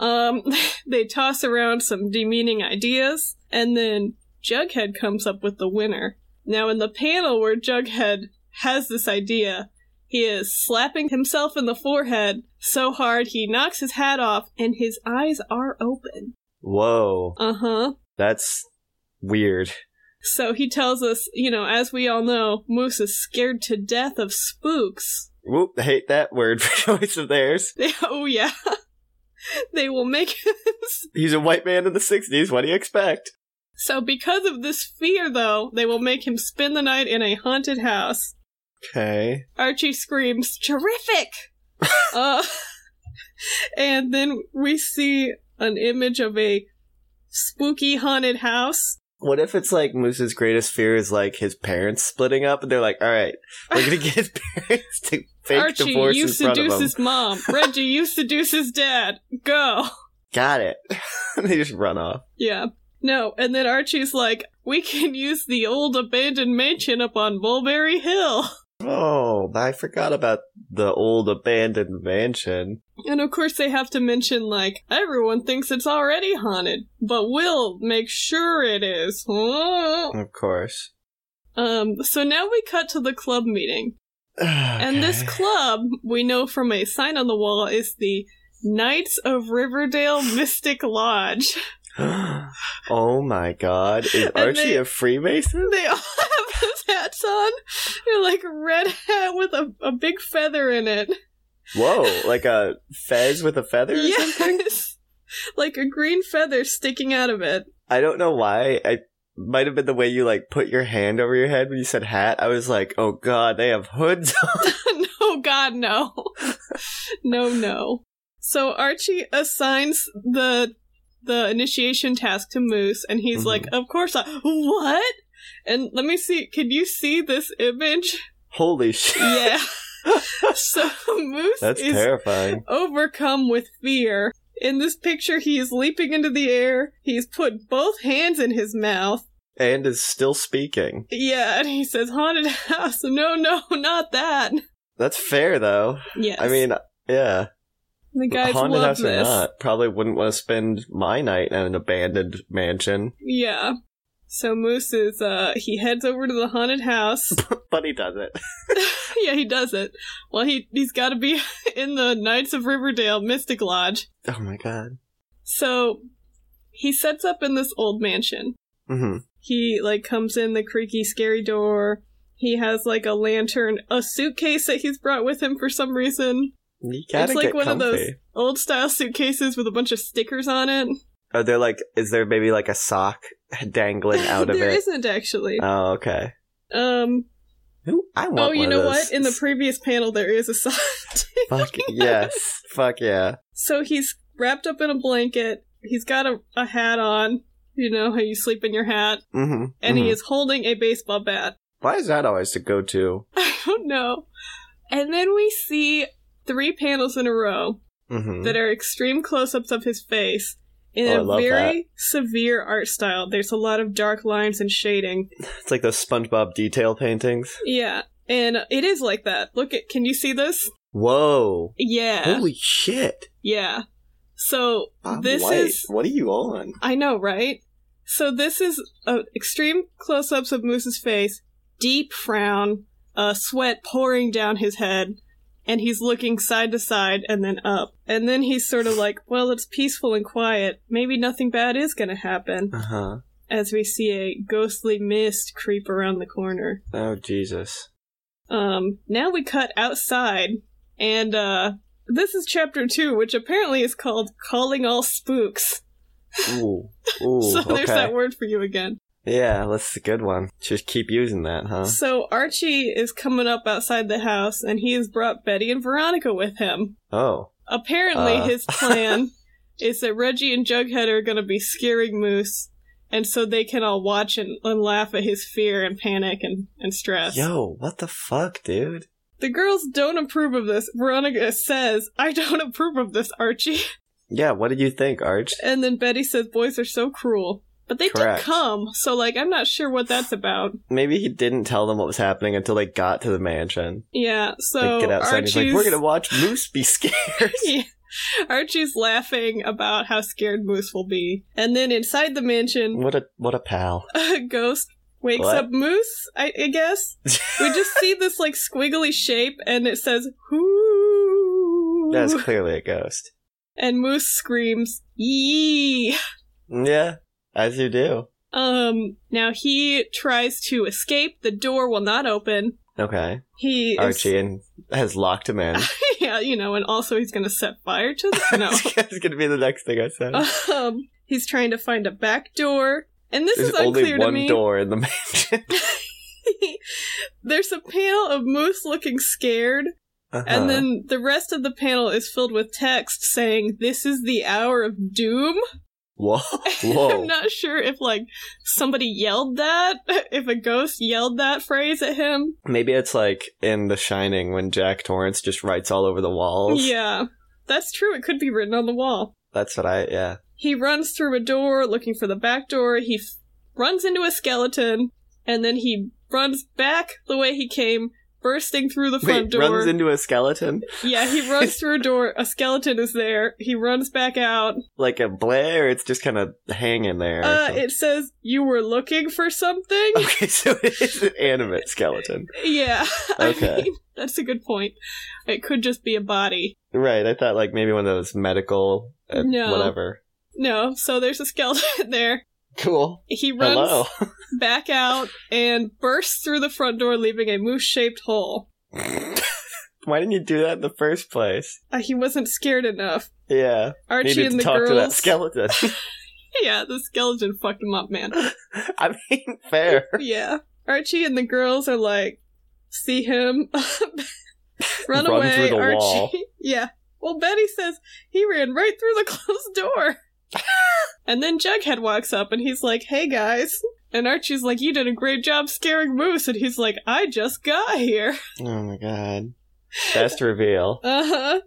Speaker 2: um, they toss around some demeaning ideas, and then Jughead comes up with the winner. Now, in the panel where Jughead has this idea, he is slapping himself in the forehead so hard he knocks his hat off and his eyes are open.
Speaker 1: Whoa.
Speaker 2: Uh huh.
Speaker 1: That's weird.
Speaker 2: So he tells us, you know, as we all know, Moose is scared to death of spooks,
Speaker 1: Whoop, I hate that word choice of theirs.
Speaker 2: They, oh yeah, they will make us.
Speaker 1: He's a white man in the 60s. What do you expect?
Speaker 2: So because of this fear, though, they will make him spend the night in a haunted house.
Speaker 1: Okay.
Speaker 2: Archie screams, "Terrific!" uh, and then we see an image of a spooky haunted house.
Speaker 1: What if it's like Moose's greatest fear is like his parents splitting up and they're like, all right, we're going to get his parents to fake
Speaker 2: Archie,
Speaker 1: divorce
Speaker 2: you
Speaker 1: in front of
Speaker 2: seduce
Speaker 1: him.
Speaker 2: his mom. Reggie, you seduce his dad. Go.
Speaker 1: Got it. they just run off.
Speaker 2: Yeah. No, and then Archie's like, we can use the old abandoned mansion up on Mulberry Hill.
Speaker 1: Oh, I forgot about the old abandoned mansion.
Speaker 2: And of course, they have to mention, like, everyone thinks it's already haunted, but we'll make sure it is.
Speaker 1: Of course.
Speaker 2: Um, so now we cut to the club meeting. And this
Speaker 1: Okay.
Speaker 2: club, we know from a sign on the wall, is the Knights of Riverdale Mystic Lodge.
Speaker 1: oh my god. Is
Speaker 2: And
Speaker 1: Archie
Speaker 2: they-
Speaker 1: a Freemason?
Speaker 2: They all have those hats on. They're like a red hat with a, a big feather in it.
Speaker 1: Whoa, like a fez with a feather or something?
Speaker 2: yes. Like a green feather sticking out of it.
Speaker 1: I don't know why. I might have been the way you like put your hand over your head when you said hat. I was like, oh god, they have hoods.
Speaker 2: no, God, no. no, no. So Archie assigns the the initiation task to Moose, and he's
Speaker 1: Mhm.
Speaker 2: like, "Of course, I what?" And let me see. Can you see this image?
Speaker 1: Holy shit.
Speaker 2: Yeah. so Moose
Speaker 1: That's
Speaker 2: is
Speaker 1: terrifying.
Speaker 2: overcome with fear. In this picture, he is leaping into the air. He's put both hands in his mouth.
Speaker 1: And is still speaking.
Speaker 2: Yeah, and he says, "Haunted house? No, no, not that."
Speaker 1: That's fair though.
Speaker 2: Yes.
Speaker 1: I mean, yeah.
Speaker 2: the guys
Speaker 1: Haunted
Speaker 2: love
Speaker 1: house or
Speaker 2: this.
Speaker 1: not, probably wouldn't want to spend my night in an abandoned mansion.
Speaker 2: Yeah. So Moose is uh he heads over to the haunted house.
Speaker 1: But he does it.
Speaker 2: yeah, he does it. Well he he's gotta be in the Knights of Riverdale Mystic Lodge.
Speaker 1: Oh my god.
Speaker 2: So he sets up in this old mansion.
Speaker 1: hmm
Speaker 2: He like comes in the creaky scary door. He has like a lantern, a suitcase that he's brought with him for some reason.
Speaker 1: You gotta
Speaker 2: it's like
Speaker 1: get
Speaker 2: one
Speaker 1: comfy.
Speaker 2: of those old style suitcases with a bunch of stickers on it.
Speaker 1: Are there like? Is there maybe like a sock dangling out of
Speaker 2: There
Speaker 1: it?
Speaker 2: isn't actually.
Speaker 1: Oh, okay.
Speaker 2: um
Speaker 1: Ooh, I want.
Speaker 2: oh, you
Speaker 1: one
Speaker 2: know
Speaker 1: of
Speaker 2: what?
Speaker 1: those.
Speaker 2: In the previous panel there is a sign.
Speaker 1: fuck yes, fuck yeah.
Speaker 2: So he's wrapped up in a blanket. He's got a, a hat on. You know how you sleep in your hat.
Speaker 1: Mm-hmm.
Speaker 2: And he is holding a baseball bat.
Speaker 1: Why is that always the go-to?
Speaker 2: I don't know. And then we see three panels in a row
Speaker 1: Mm-hmm.
Speaker 2: that are extreme close ups of his face in
Speaker 1: Oh, I
Speaker 2: a
Speaker 1: love
Speaker 2: very severe art style. There's a lot of dark lines and shading.
Speaker 1: It's like those SpongeBob detail paintings.
Speaker 2: Yeah. And it is like that. Look at can you see this?
Speaker 1: Whoa!
Speaker 2: Yeah.
Speaker 1: Holy shit!
Speaker 2: Yeah. So
Speaker 1: Bob
Speaker 2: This
Speaker 1: White,
Speaker 2: is-
Speaker 1: what are you on?
Speaker 2: I know, right? So this is uh, extreme close-ups of Moose's face, deep frown, uh, sweat pouring down his head, and he's looking side to side and then up. And then he's sort of like, "Well, it's peaceful and quiet. Maybe nothing bad is going to happen."
Speaker 1: Uh huh.
Speaker 2: As we see a ghostly mist creep around the corner.
Speaker 1: Oh Jesus.
Speaker 2: Um, now we cut outside, and uh, this is chapter two, which apparently is called "Calling All Spooks."
Speaker 1: Ooh. Ooh.
Speaker 2: so
Speaker 1: okay.
Speaker 2: there's that word for you again.
Speaker 1: Yeah, that's a good one. Just keep using that, huh?
Speaker 2: So Archie is coming up outside the house and he has brought Betty and Veronica with him.
Speaker 1: Oh.
Speaker 2: Apparently,
Speaker 1: Uh.
Speaker 2: his plan is that Reggie and Jughead are going to be scaring Moose, and so they can all watch and, and laugh at his fear and panic and, and stress.
Speaker 1: Yo, what the fuck, dude?
Speaker 2: The girls don't approve of this. Veronica says, I don't approve of this, Archie.
Speaker 1: Yeah, what did you think, Arch?
Speaker 2: And then Betty says, Boys are so cruel. But they
Speaker 1: Correct.
Speaker 2: did come, so, like, I'm not sure what that's about.
Speaker 1: Maybe he didn't tell them what was happening until they got to the mansion.
Speaker 2: Yeah, so
Speaker 1: They get outside and
Speaker 2: Archie's,
Speaker 1: he's like, we're gonna watch Moose be scared.
Speaker 2: Yeah. Archie's laughing about how scared Moose will be. And then inside the mansion,
Speaker 1: what a what a pal.
Speaker 2: a ghost wakes
Speaker 1: What?
Speaker 2: up Moose, I, I guess. we just see this, like, squiggly shape, and it says, Whoo!
Speaker 1: That's clearly a ghost.
Speaker 2: and Moose screams, Yee!
Speaker 1: Yeah, as you do.
Speaker 2: Um, now he tries to escape. The door will not open.
Speaker 1: Okay.
Speaker 2: He is,
Speaker 1: Archie and has locked him in.
Speaker 2: yeah, you know, and also he's gonna set fire to the
Speaker 1: That's gonna be the next thing I said.
Speaker 2: no. um, he's trying to find a back door, and this
Speaker 1: There's
Speaker 2: is
Speaker 1: only
Speaker 2: unclear to
Speaker 1: one
Speaker 2: me.
Speaker 1: door in the mansion.
Speaker 2: There's a panel of Moose looking scared,
Speaker 1: Uh-huh.
Speaker 2: and then the rest of the panel is filled with text saying, "This is the hour of doom."
Speaker 1: whoa, whoa.
Speaker 2: I'm not sure if like somebody yelled that, if a ghost yelled that phrase at him.
Speaker 1: Maybe it's like in The Shining when Jack Torrance just writes all over the walls.
Speaker 2: Yeah, that's true. It could be written on the wall.
Speaker 1: That's what I. Yeah.
Speaker 2: He runs through a door looking for the back door. He f- runs into a skeleton, and then he runs back the way he came, bursting through the front
Speaker 1: Wait,
Speaker 2: door.
Speaker 1: runs into a skeleton
Speaker 2: yeah, he runs through a door. A skeleton is there. He runs back out.
Speaker 1: like a Blair. It's just kind of hanging there. or
Speaker 2: Uh,
Speaker 1: something?
Speaker 2: it says, You were looking for something?
Speaker 1: okay, so it is an animate skeleton.
Speaker 2: yeah. I
Speaker 1: Okay.
Speaker 2: mean, that's a good point. It could just be a body.
Speaker 1: Right. I thought like maybe one of those medical uh,
Speaker 2: No.
Speaker 1: whatever.
Speaker 2: No, so there's a skeleton there.
Speaker 1: Cool.
Speaker 2: He runs
Speaker 1: Hello.
Speaker 2: back out and bursts through the front door, leaving a moose shaped hole.
Speaker 1: Why didn't you do that in the first place?
Speaker 2: Uh, he wasn't scared enough.
Speaker 1: Yeah.
Speaker 2: Archie
Speaker 1: Needed
Speaker 2: and
Speaker 1: to
Speaker 2: the
Speaker 1: talk
Speaker 2: girls.
Speaker 1: to that skeleton.
Speaker 2: yeah, the skeleton fucked him up, man.
Speaker 1: I mean, fair.
Speaker 2: yeah. Archie and the girls are like, see him. Run,
Speaker 1: Run
Speaker 2: away,
Speaker 1: through the
Speaker 2: Archie.
Speaker 1: wall.
Speaker 2: Yeah. Well, Betty says he ran right through the closed door. and then Jughead walks up and he's like, hey guys. And Archie's like, you did a great job scaring Moose. And he's like, I just got here.
Speaker 1: Oh my god. Best reveal.
Speaker 2: Uh huh.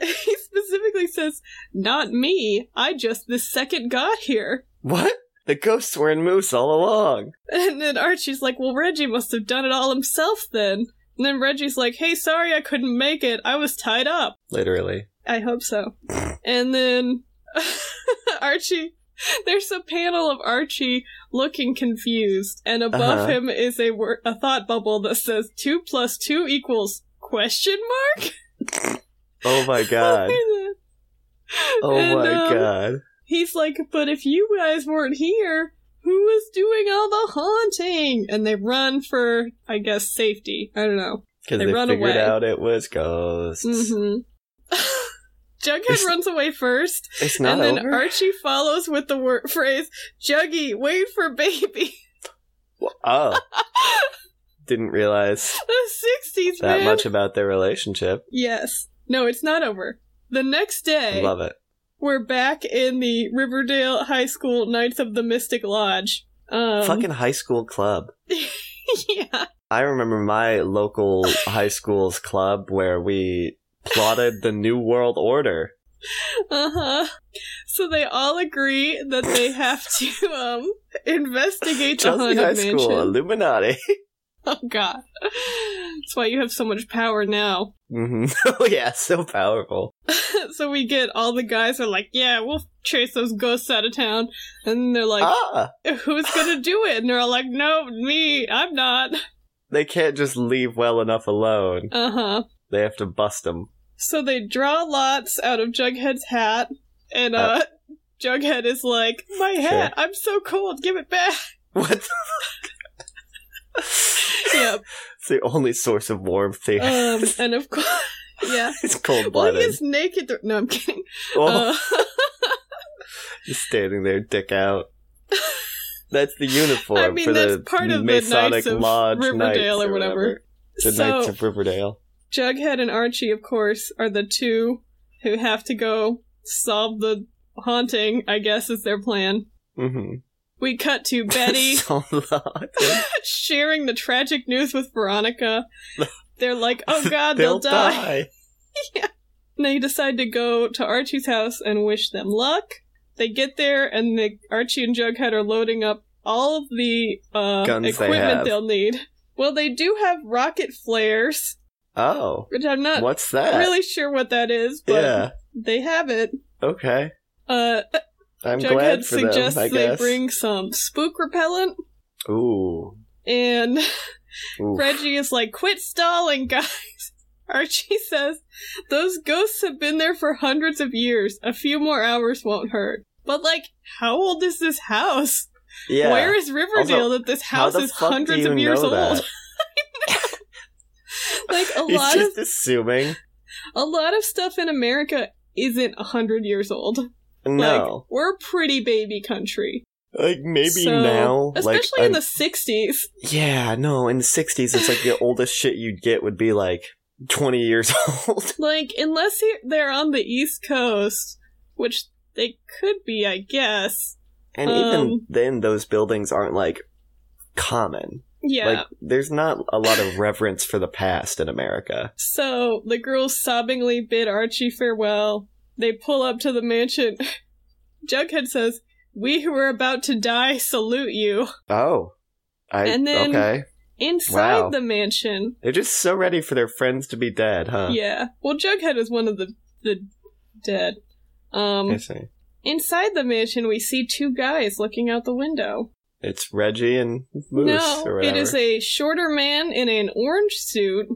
Speaker 2: He specifically says, "Not me. I just the second got here."
Speaker 1: What? The ghosts were in Moose all along.
Speaker 2: And then Archie's like, "Well, Reggie must have done it all himself then." And then Reggie's like, "Hey, sorry, I couldn't make it. I was tied up.
Speaker 1: Literally.
Speaker 2: I hope so." and then Archie, there's a panel of Archie looking confused, and above
Speaker 1: Uh-huh.
Speaker 2: him is a wor- a thought bubble that says two plus two equals question mark.
Speaker 1: Oh my god. Oh
Speaker 2: And,
Speaker 1: my
Speaker 2: um,
Speaker 1: god.
Speaker 2: He's like, but if you guys weren't here, who was doing all the haunting? And they run for, I guess, safety. I don't know.
Speaker 1: Because
Speaker 2: they
Speaker 1: they,
Speaker 2: run
Speaker 1: figured
Speaker 2: away.
Speaker 1: out it was ghosts.
Speaker 2: hmm Jughead
Speaker 1: Mm-hmm. It's-
Speaker 2: runs away first,
Speaker 1: It's not
Speaker 2: and then
Speaker 1: over.
Speaker 2: Archie follows with the word phrase, "Juggy, wait for baby."
Speaker 1: oh. Didn't realize
Speaker 2: the sixties,
Speaker 1: that
Speaker 2: man.
Speaker 1: much about their relationship.
Speaker 2: Yes. No, it's not over. The next day,
Speaker 1: Love it.
Speaker 2: we're back in the Riverdale High School Knights of the Mystic Lodge. Um,
Speaker 1: Fucking high school club.
Speaker 2: yeah.
Speaker 1: I remember my local high school's club where we plotted the New World Order.
Speaker 2: Uh huh. So they all agree that they have to um investigate the
Speaker 1: Chelsea
Speaker 2: haunted
Speaker 1: High
Speaker 2: mansion.
Speaker 1: School, Illuminati.
Speaker 2: Oh god, that's why you have so much power now.
Speaker 1: hmm Oh yeah, so powerful.
Speaker 2: so we get all the guys are like, yeah, we'll chase those ghosts out of town, and they're like,
Speaker 1: ah,
Speaker 2: who's gonna do it? And they're all like, no, me, I'm not.
Speaker 1: they can't just leave well enough alone.
Speaker 2: Uh huh.
Speaker 1: They have to bust them.
Speaker 2: So they draw lots out of Jughead's hat, and uh, Jughead is like, my hat, I'm so cold, give it back.
Speaker 1: What? The-
Speaker 2: yep.
Speaker 1: it's the only source of warmth they have.
Speaker 2: Um, and of course, yeah.
Speaker 1: it's cold
Speaker 2: Well, he
Speaker 1: blooded.
Speaker 2: is naked. Th- no, I'm kidding.
Speaker 1: oh,
Speaker 2: Uh,
Speaker 1: just standing there, dick out. That's the uniform
Speaker 2: I mean,
Speaker 1: for
Speaker 2: that's
Speaker 1: the
Speaker 2: part of the
Speaker 1: Masonic
Speaker 2: Knights of
Speaker 1: Lodge
Speaker 2: Riverdale
Speaker 1: Knights
Speaker 2: or whatever.
Speaker 1: The
Speaker 2: so,
Speaker 1: Knights of Riverdale.
Speaker 2: Jughead and Archie, of course, are the two who have to go solve the haunting, I guess is their plan.
Speaker 1: Mm-hmm.
Speaker 2: We cut to Betty
Speaker 1: so loud.
Speaker 2: sharing the tragic news with Veronica. They're like, oh god, they'll, die. And they decide to go to Archie's house and wish them luck. They get there, and the, Archie and Jughead are loading up all of the uh,
Speaker 1: Guns they
Speaker 2: equipment
Speaker 1: have.
Speaker 2: will need. Well, they do have rocket flares,
Speaker 1: Oh,
Speaker 2: which I'm not
Speaker 1: what's that?
Speaker 2: Uh, really sure what that is, but
Speaker 1: Yeah.
Speaker 2: they have it.
Speaker 1: Okay.
Speaker 2: Uh,
Speaker 1: I'm
Speaker 2: Jughead
Speaker 1: glad for
Speaker 2: suggests
Speaker 1: them. I
Speaker 2: they
Speaker 1: guess.
Speaker 2: bring some spook repellent,
Speaker 1: Ooh.
Speaker 2: and
Speaker 1: Ooh.
Speaker 2: Reggie is like, quit stalling, guys. Archie says, those ghosts have been there for hundreds of years. A few more hours won't hurt. But, like, how old is this house?
Speaker 1: yeah.
Speaker 2: Where is Riverdale that this
Speaker 1: How
Speaker 2: house
Speaker 1: the
Speaker 2: is
Speaker 1: fuck
Speaker 2: hundreds
Speaker 1: do you
Speaker 2: of years
Speaker 1: know
Speaker 2: old?
Speaker 1: that?
Speaker 2: Like, a
Speaker 1: He's
Speaker 2: lot, of,
Speaker 1: just assuming.
Speaker 2: a lot of stuff in America isn't a hundred years old. Like,
Speaker 1: No,
Speaker 2: we're a pretty baby country.
Speaker 1: like, maybe
Speaker 2: So-
Speaker 1: now, like,
Speaker 2: Especially
Speaker 1: I'm-
Speaker 2: in the 60s.
Speaker 1: yeah, no, in the '60s, it's like the oldest shit you'd get would be like 20 years old.
Speaker 2: Like, unless he- they're on the East Coast, which they could be, I guess.
Speaker 1: And
Speaker 2: Um.
Speaker 1: even then, those buildings aren't like common.
Speaker 2: Yeah.
Speaker 1: Like, there's not a lot of reverence for the past in America.
Speaker 2: So the girls sobbingly bid Archie farewell. They pull up to the mansion. Jughead says, We who are about to die salute you.
Speaker 1: Oh, I
Speaker 2: And then-
Speaker 1: okay.
Speaker 2: Inside
Speaker 1: Wow.
Speaker 2: the mansion.
Speaker 1: They're just so ready for their friends to be dead, huh?
Speaker 2: Yeah. Well, Jughead is one of the, the dead. Um,
Speaker 1: I see.
Speaker 2: Inside the mansion, we see two guys looking out the window.
Speaker 1: It's Reggie and Moose or
Speaker 2: no,
Speaker 1: whatever.
Speaker 2: it is a shorter man in an orange suit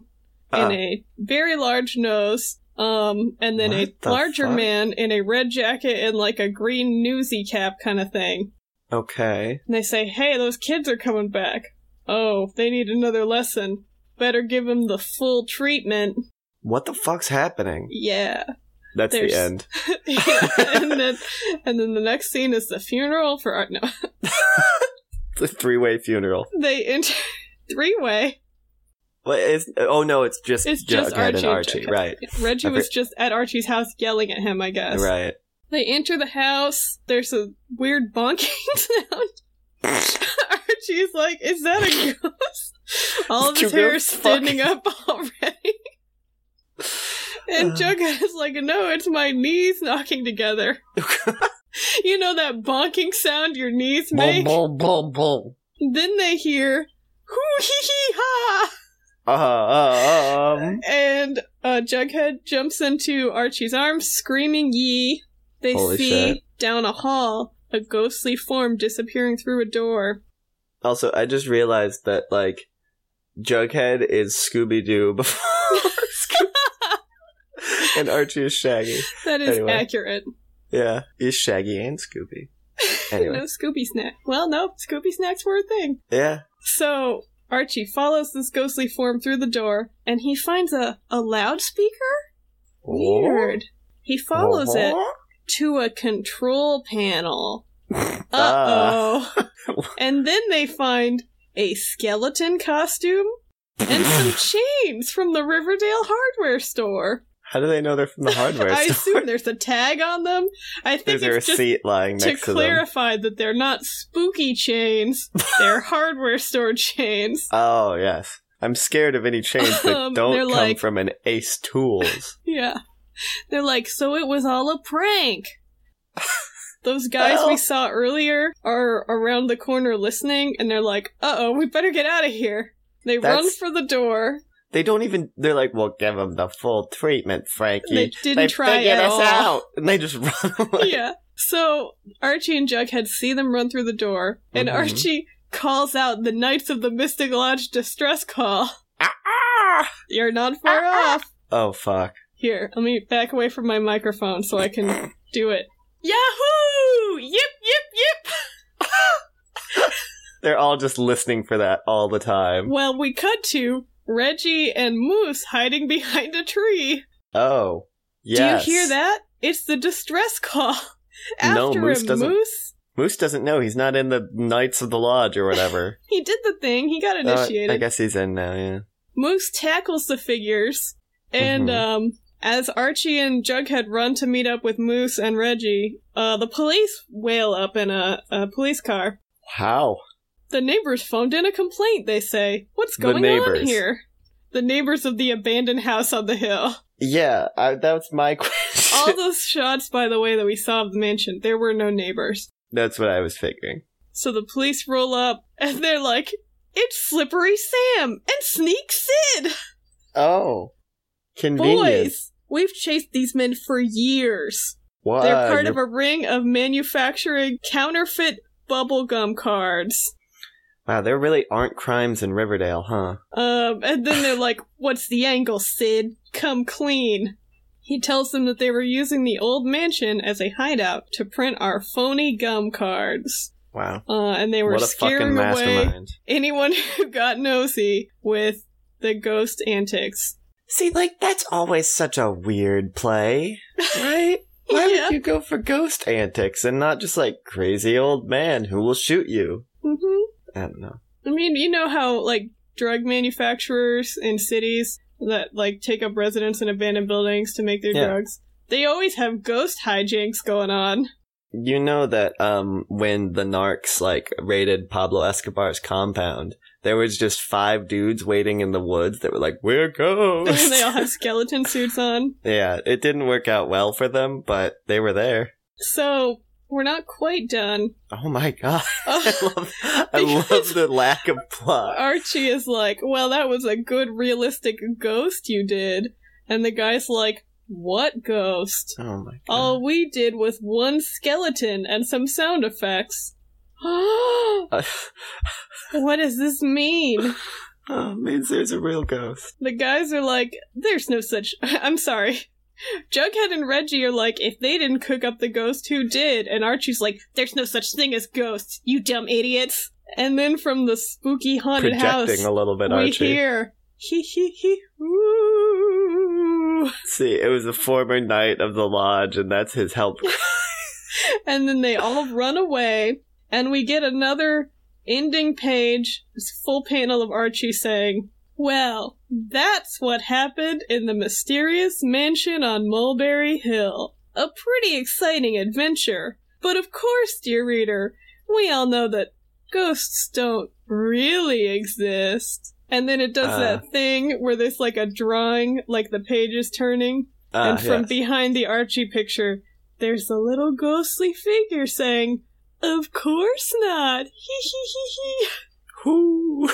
Speaker 1: Huh.
Speaker 2: and a very large nose. Um, and then
Speaker 1: What
Speaker 2: a
Speaker 1: the
Speaker 2: larger
Speaker 1: fuck?
Speaker 2: man in a red jacket and like a green newsy cap kind of thing.
Speaker 1: okay.
Speaker 2: And they say, hey, those kids are coming back. Oh, they need another lesson. Better give them the full treatment.
Speaker 1: What the fuck's happening?
Speaker 2: Yeah.
Speaker 1: That's
Speaker 2: There's-
Speaker 1: the end.
Speaker 2: Yeah. and, then, and then the next scene is the funeral for Art. No,
Speaker 1: The three-way funeral.
Speaker 2: they enter three way.
Speaker 1: What is? Oh no, it's just
Speaker 2: It's
Speaker 1: Jughead
Speaker 2: just Archie.
Speaker 1: and
Speaker 2: and
Speaker 1: Archie,
Speaker 2: Jughead.
Speaker 1: right?
Speaker 2: Reggie
Speaker 1: I
Speaker 2: was just at Archie's house yelling at him, I guess.
Speaker 1: Right.
Speaker 2: They enter the house. There's a weird bonking sound. Archie's like, "Is that a ghost?" All of his
Speaker 1: Jughead's
Speaker 2: hair is standing up already. And
Speaker 1: Uh.
Speaker 2: Jughead is like, "No, it's my knees knocking together." you know that bonking sound your knees make.
Speaker 1: boom, boom, boom.
Speaker 2: Then they hear "hoo hee hee ha,"
Speaker 1: Uh, uh, um.
Speaker 2: and uh, Jughead jumps into Archie's arms, screaming "Yee!" They
Speaker 1: Holy
Speaker 2: see
Speaker 1: shit.
Speaker 2: down a hall a ghostly form disappearing through a door.
Speaker 1: Also, I just realized that like Jughead is Scooby Doo before Scooby, and Archie is Shaggy.
Speaker 2: That is
Speaker 1: Anyway.
Speaker 2: accurate.
Speaker 1: Yeah, he's Shaggy and Scooby.
Speaker 2: No
Speaker 1: Anyway,
Speaker 2: Scooby snack. Well, no, Scooby snacks were a thing.
Speaker 1: yeah.
Speaker 2: So Archie follows this ghostly form through the door, and he finds a a loudspeaker. Weird. He follows it to a control panel. Uh
Speaker 1: Ah.
Speaker 2: oh. and then they find a skeleton costume and some chains from the Riverdale hardware store.
Speaker 1: How do they know they're from the hardware
Speaker 2: I
Speaker 1: store?
Speaker 2: assume there's a tag on them. I think
Speaker 1: Is there a
Speaker 2: it's just
Speaker 1: seat lying
Speaker 2: to
Speaker 1: next to them?
Speaker 2: clarify that they're not spooky chains, they're hardware store chains.
Speaker 1: Oh yes. I'm scared of any chains that
Speaker 2: Um,
Speaker 1: don't
Speaker 2: they're
Speaker 1: come
Speaker 2: like-
Speaker 1: from an Ace Tools.
Speaker 2: Yeah. They're like, so it was all a prank. Those guys we
Speaker 1: Well-
Speaker 2: saw earlier are around the corner listening, and they're like, uh oh, we better get out of here. They run
Speaker 1: That's-
Speaker 2: for the door.
Speaker 1: They don't even. They're like, "Well, give them the full treatment, Frankie."
Speaker 2: They didn't try
Speaker 1: figured
Speaker 2: at
Speaker 1: us
Speaker 2: all.
Speaker 1: out, and they just run away.
Speaker 2: yeah. So Archie and Jughead see them run through the door, and
Speaker 1: Mhm.
Speaker 2: Archie calls out the Knights of the Mystic Lodge distress call.
Speaker 1: Ah, ah!
Speaker 2: You're not far off.
Speaker 1: Oh fuck!
Speaker 2: Here, let me back away from my microphone so I can do it. Yahoo! Yip, yip,
Speaker 1: They're all just listening for that all the
Speaker 2: yip!
Speaker 1: time.
Speaker 2: Well, we cut to Reggie and Moose hiding behind a tree.
Speaker 1: Oh, yes.
Speaker 2: Do you hear that? It's the distress call. After
Speaker 1: No, Moose
Speaker 2: him,
Speaker 1: doesn't-
Speaker 2: Moose.
Speaker 1: Moose doesn't know. He's not in the Knights of the Lodge or whatever.
Speaker 2: He did the thing, he got
Speaker 1: Uh, I
Speaker 2: initiated.
Speaker 1: guess he's in now. Yeah.
Speaker 2: Moose tackles the figures, and
Speaker 1: Mhm.
Speaker 2: um, As Archie and Jughead run to meet up with Moose and Reggie, uh, the police whale up in a, a police car.
Speaker 1: How?
Speaker 2: The neighbors phoned in a complaint, they say. What's
Speaker 1: The
Speaker 2: going on
Speaker 1: neighbors.
Speaker 2: here? The neighbors of the abandoned house on the hill.
Speaker 1: Yeah, I, that's my question.
Speaker 2: All those shots, by the way, that we saw of the mansion, there were no neighbors.
Speaker 1: that's what I was figuring.
Speaker 2: So the police roll up and they're like, it's Slippery Sam and Sneak Sid!
Speaker 1: Oh, convenient.
Speaker 2: Boys! We've chased these men for years.
Speaker 1: Wow,
Speaker 2: They're part
Speaker 1: you're-
Speaker 2: of a ring of manufacturing counterfeit bubblegum cards.
Speaker 1: wow, there really aren't crimes in Riverdale, huh?
Speaker 2: Um, and then they're like, What's the angle, Sid? Come clean. He tells them that they were using the old mansion as a hideout to print our phony gum cards.
Speaker 1: Wow.
Speaker 2: Uh, and they were
Speaker 1: What a fucking
Speaker 2: scaring away
Speaker 1: mastermind.
Speaker 2: anyone who got nosy with the ghost antics.
Speaker 1: See, like, that's always such a weird play, right? Why
Speaker 2: Yeah.
Speaker 1: would you go for ghost antics and not just like crazy old man who will shoot you?
Speaker 2: hmm
Speaker 1: I don't know.
Speaker 2: I mean, you know how like drug manufacturers in cities that like take up residence in abandoned buildings to make their
Speaker 1: Yeah.
Speaker 2: drugs. They always have ghost hijinks going on.
Speaker 1: You know that um when the narcs like raided Pablo Escobar's compound, there was just five dudes waiting in the woods that were like, "We're ghosts."
Speaker 2: they all have skeleton suits on.
Speaker 1: yeah, it didn't work out well for them, but they were there.
Speaker 2: So we're not quite done.
Speaker 1: Oh my god. I
Speaker 2: Uh,
Speaker 1: love, I love the lack of plot.
Speaker 2: Archie is like, "Well, that was a good realistic ghost you did," and the guy's like, "What ghost?"
Speaker 1: Oh my god.
Speaker 2: All we did was one skeleton and some sound effects. what does this mean?
Speaker 1: Oh, it means there's a real ghost.
Speaker 2: The guys are like, there's no such. I'm sorry. Jughead and Reggie are like, if they didn't cook up the ghost, who did? And Archie's like, there's no such thing as ghosts, you dumb idiots. And then from the spooky haunted
Speaker 1: Projecting
Speaker 2: house,
Speaker 1: a little bit,
Speaker 2: we
Speaker 1: Archie.
Speaker 2: hear, hee hee hee, ooh.
Speaker 1: See, it was a former knight of the lodge, and that's his help.
Speaker 2: and then they all run away and we get another ending page this full panel of archie saying well that's what happened in the mysterious mansion on mulberry hill a pretty exciting adventure but of course dear reader we all know that ghosts don't really exist and then it does
Speaker 1: Uh.
Speaker 2: that thing where there's like a drawing like the page is turning
Speaker 1: Ah,
Speaker 2: and from
Speaker 1: yes.
Speaker 2: behind the Archie picture, there's a little ghostly figure saying, Of course not. Hee hee hee
Speaker 1: Whoo.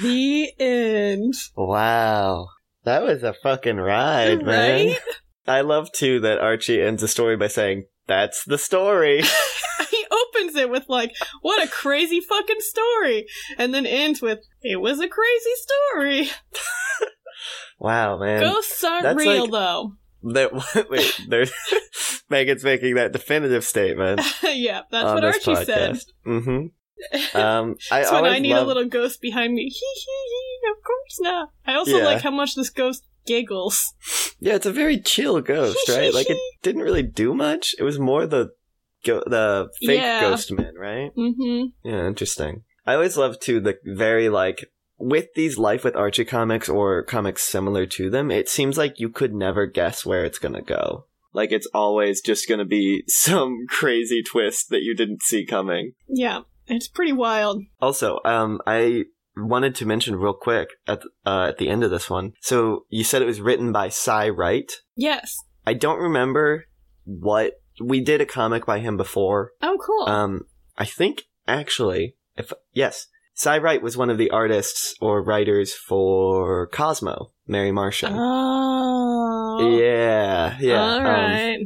Speaker 2: hee. The end.
Speaker 1: wow, that was a fucking ride, man.
Speaker 2: Right?
Speaker 1: I love too that Archie ends the story by saying, "That's the story."
Speaker 2: He opens it with, like, What a crazy fucking story. And then ends with, It was a crazy story.
Speaker 1: wow, man.
Speaker 2: Ghosts aren't
Speaker 1: that's
Speaker 2: real,
Speaker 1: like-
Speaker 2: though.
Speaker 1: That- wait, there's Megan's making that definitive statement.
Speaker 2: yeah, that's
Speaker 1: on
Speaker 2: what Archie
Speaker 1: this
Speaker 2: said.
Speaker 1: Mm-hmm. Um, I
Speaker 2: That's when
Speaker 1: always
Speaker 2: I need
Speaker 1: love-
Speaker 2: a little ghost behind me. Hee hee hee. Of course not. I also
Speaker 1: Yeah.
Speaker 2: like how much this ghost giggles.
Speaker 1: Yeah, it's a very chill ghost, right? like it didn't really do much. It was more the go- the fake
Speaker 2: Yeah.
Speaker 1: ghost man, right?
Speaker 2: hmm.
Speaker 1: Yeah, interesting. I always love too the very like with these Life with Archie comics or comics similar to them, it seems like you could never guess where it's gonna go. Like it's always just gonna be some crazy twist that you didn't see coming.
Speaker 2: Yeah, it's pretty wild.
Speaker 1: Also, um, I wanted to mention real quick at uh, at the end of this one. So you said it was written by Cy Wright.
Speaker 2: Yes.
Speaker 1: I don't remember what we did a comic by him before.
Speaker 2: Oh, cool.
Speaker 1: Um, I think actually, if yes, Cy Wright was one of the artists or writers for Cosmo, Mary Martian.
Speaker 2: oh.
Speaker 1: Yeah, yeah.
Speaker 2: All
Speaker 1: um,
Speaker 2: right.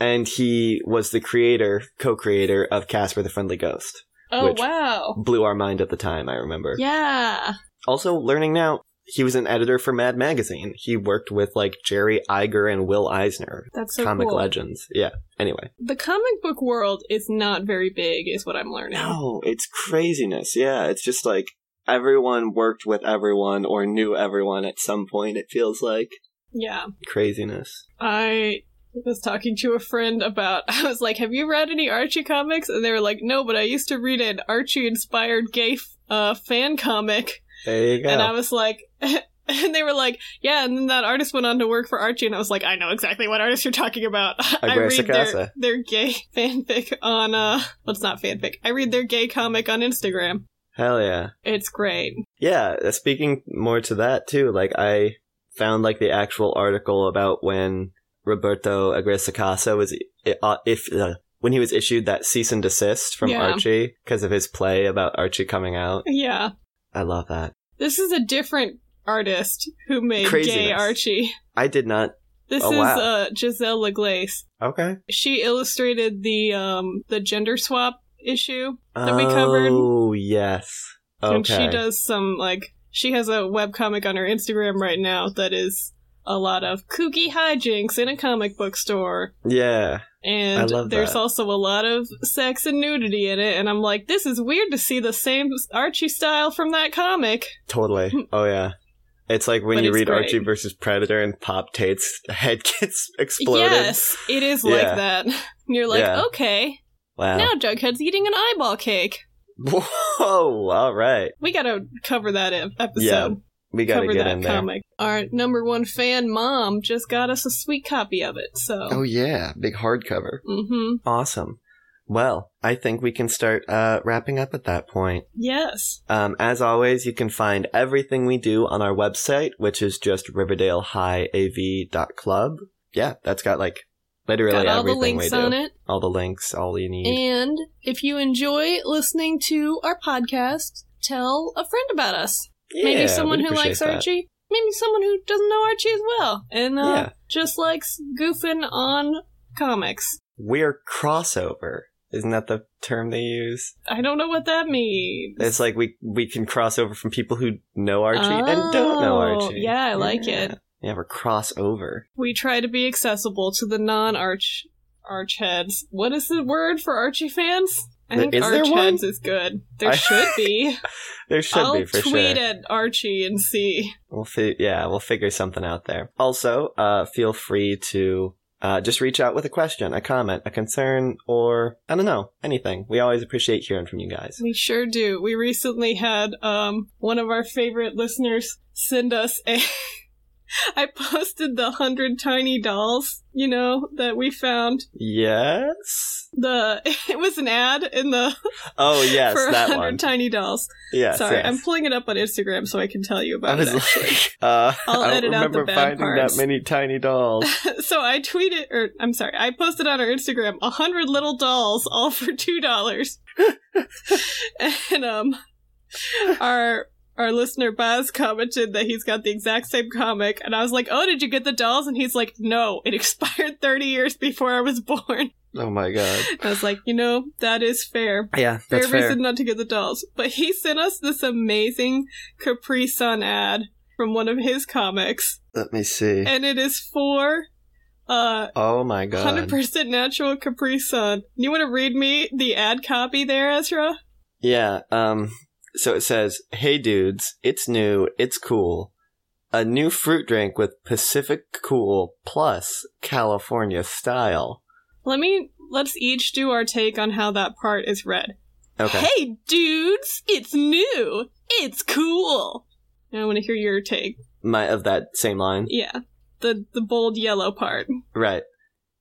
Speaker 1: and he was the creator, co-creator of Casper the Friendly Ghost.
Speaker 2: oh,
Speaker 1: which-
Speaker 2: wow.
Speaker 1: Blew our mind at the time, I remember.
Speaker 2: Yeah.
Speaker 1: Also, learning now, he was an editor for Mad Magazine. He worked with like Jerry Iger and Will Eisner,
Speaker 2: That's so
Speaker 1: comic
Speaker 2: cool.
Speaker 1: legends. Yeah. Anyway.
Speaker 2: The comic book world is not very big, is what I'm learning.
Speaker 1: No, it's craziness. Yeah, it's just like everyone worked with everyone or knew everyone at some point. It feels like
Speaker 2: Yeah.
Speaker 1: craziness.
Speaker 2: I was talking to a friend about, I was like, have you read any Archie comics? And they were like, no, but I used to read an Archie inspired gay f- uh, fan comic.
Speaker 1: There you go.
Speaker 2: And I was like, And they were like, yeah, and then that artist went on to work for Archie, and I was like, I know exactly what artist you're talking about. I
Speaker 1: Aguirre
Speaker 2: read
Speaker 1: Sacasa.
Speaker 2: their, their gay fanfic on, uh, well, it's not fanfic. I read their gay comic on Instagram.
Speaker 1: Hell yeah.
Speaker 2: It's great.
Speaker 1: Yeah, uh, speaking more to that too, like I found like the actual article about when Roberto Agresicasa was i- uh, if uh, when he was issued that cease and desist from
Speaker 2: Yeah.
Speaker 1: Archie because of his play about Archie coming out.
Speaker 2: Yeah.
Speaker 1: I love that.
Speaker 2: This is a different artist who made gay
Speaker 1: Craziness.
Speaker 2: Archie.
Speaker 1: I did not.
Speaker 2: This
Speaker 1: Oh,
Speaker 2: is
Speaker 1: wow.
Speaker 2: uh, Giselle Laglace.
Speaker 1: Okay.
Speaker 2: She illustrated the um, the gender swap issue. That we covered.
Speaker 1: oh yes. Okay.
Speaker 2: And she does some like she has a webcomic on her Instagram right now that is a lot of kooky hijinks in a comic book store.
Speaker 1: Yeah. I
Speaker 2: And
Speaker 1: love
Speaker 2: there's
Speaker 1: that.
Speaker 2: also a lot of sex and nudity in it, and I'm like, this is weird to see the same Archie style from that comic.
Speaker 1: Totally. Oh yeah. It's like when
Speaker 2: But
Speaker 1: you
Speaker 2: it's
Speaker 1: read
Speaker 2: great.
Speaker 1: Archie versus Predator and Pop Tate's head gets exploded.
Speaker 2: Yes, it is
Speaker 1: Yeah.
Speaker 2: like that. And you're like,
Speaker 1: Yeah.
Speaker 2: okay,
Speaker 1: Wow.
Speaker 2: now Jughead's eating an eyeball cake.
Speaker 1: Whoa. All right.
Speaker 2: We gotta cover that ep- episode.
Speaker 1: Yeah, We gotta
Speaker 2: cover
Speaker 1: get
Speaker 2: that
Speaker 1: in there.
Speaker 2: comic. Our number one fan mom just got us a sweet copy of it. So,
Speaker 1: Oh yeah, big hardcover.
Speaker 2: mm-hmm.
Speaker 1: Awesome. Well, I think we can start uh, wrapping up at that point.
Speaker 2: Yes.
Speaker 1: Um, as always, you can find everything we do on our website, which is just riverdalehighav.club. Yeah, that's got like literally
Speaker 2: Got all the
Speaker 1: everything
Speaker 2: links
Speaker 1: we do.
Speaker 2: on it.
Speaker 1: All the links, all you need.
Speaker 2: And if you enjoy listening to our podcast, tell a friend about us.
Speaker 1: Yeah,
Speaker 2: maybe someone
Speaker 1: we'd
Speaker 2: who likes
Speaker 1: appreciate that.
Speaker 2: Archie. Maybe someone who doesn't know Archie as well. And uh,
Speaker 1: Yeah.
Speaker 2: just likes goofing on comics.
Speaker 1: We're crossover. Isn't that the term they use?
Speaker 2: I don't know what that means.
Speaker 1: It's like we we can cross over from people who know Archie and don't know
Speaker 2: Oh,
Speaker 1: Archie.
Speaker 2: yeah, I like it.
Speaker 1: Yeah, we're crossover.
Speaker 2: we try to be accessible to the non arch arch heads. What is the word for Archie fans? I
Speaker 1: There-
Speaker 2: think
Speaker 1: is there
Speaker 2: arch
Speaker 1: one?
Speaker 2: heads is good. There
Speaker 1: I-
Speaker 2: should be.
Speaker 1: There should
Speaker 2: I'll
Speaker 1: be for sure.
Speaker 2: tweet at Archie and see.
Speaker 1: We'll fi- yeah, we'll figure something out there. Also, uh, feel free to uh, just reach out with a question, a comment, a concern, or I don't know, anything. We always appreciate hearing from you guys.
Speaker 2: We sure do. We recently had um, one of our favorite listeners send us a. I posted the hundred tiny dolls, you know, that we found.
Speaker 1: Yes.
Speaker 2: The it was an ad in the
Speaker 1: Oh yes,
Speaker 2: for
Speaker 1: that
Speaker 2: hundred
Speaker 1: one.
Speaker 2: tiny dolls.
Speaker 1: Yes.
Speaker 2: Sorry,
Speaker 1: yes.
Speaker 2: I'm pulling it up on Instagram so I can tell you
Speaker 1: I
Speaker 2: about
Speaker 1: was
Speaker 2: it.
Speaker 1: like, uh,
Speaker 2: I'll
Speaker 1: I
Speaker 2: edit
Speaker 1: don't
Speaker 2: out the
Speaker 1: remember
Speaker 2: bad
Speaker 1: finding
Speaker 2: parts.
Speaker 1: that many tiny dolls.
Speaker 2: so I tweeted, or I'm sorry, I posted on our Instagram a hundred little dolls, all for two dollars. and um, our our listener Baz commented that he's got the exact same comic, and I was like, "Oh, did you get the dolls?" And he's like, "No, it expired thirty years before I was born."
Speaker 1: oh my god.
Speaker 2: I was like, "You know, that is fair."
Speaker 1: Yeah,
Speaker 2: Fair
Speaker 1: that's fair.
Speaker 2: reason not to get the dolls. But he sent us this amazing Capri Sun ad from one of his comics,
Speaker 1: Let me see.
Speaker 2: and it is for uh
Speaker 1: oh my god.
Speaker 2: Hundred percent natural Capri Sun. You want to read me the ad copy there, Ezra?
Speaker 1: Yeah, um so it says, "Hey dudes, it's new, it's cool. A new fruit drink with Pacific Cool plus California style."
Speaker 2: Let me. Let's each do our take on how that part is read.
Speaker 1: Okay.
Speaker 2: Hey, dudes! It's new. It's cool. I want to hear your take.
Speaker 1: My of that same line.
Speaker 2: Yeah, the the bold yellow part.
Speaker 1: Right.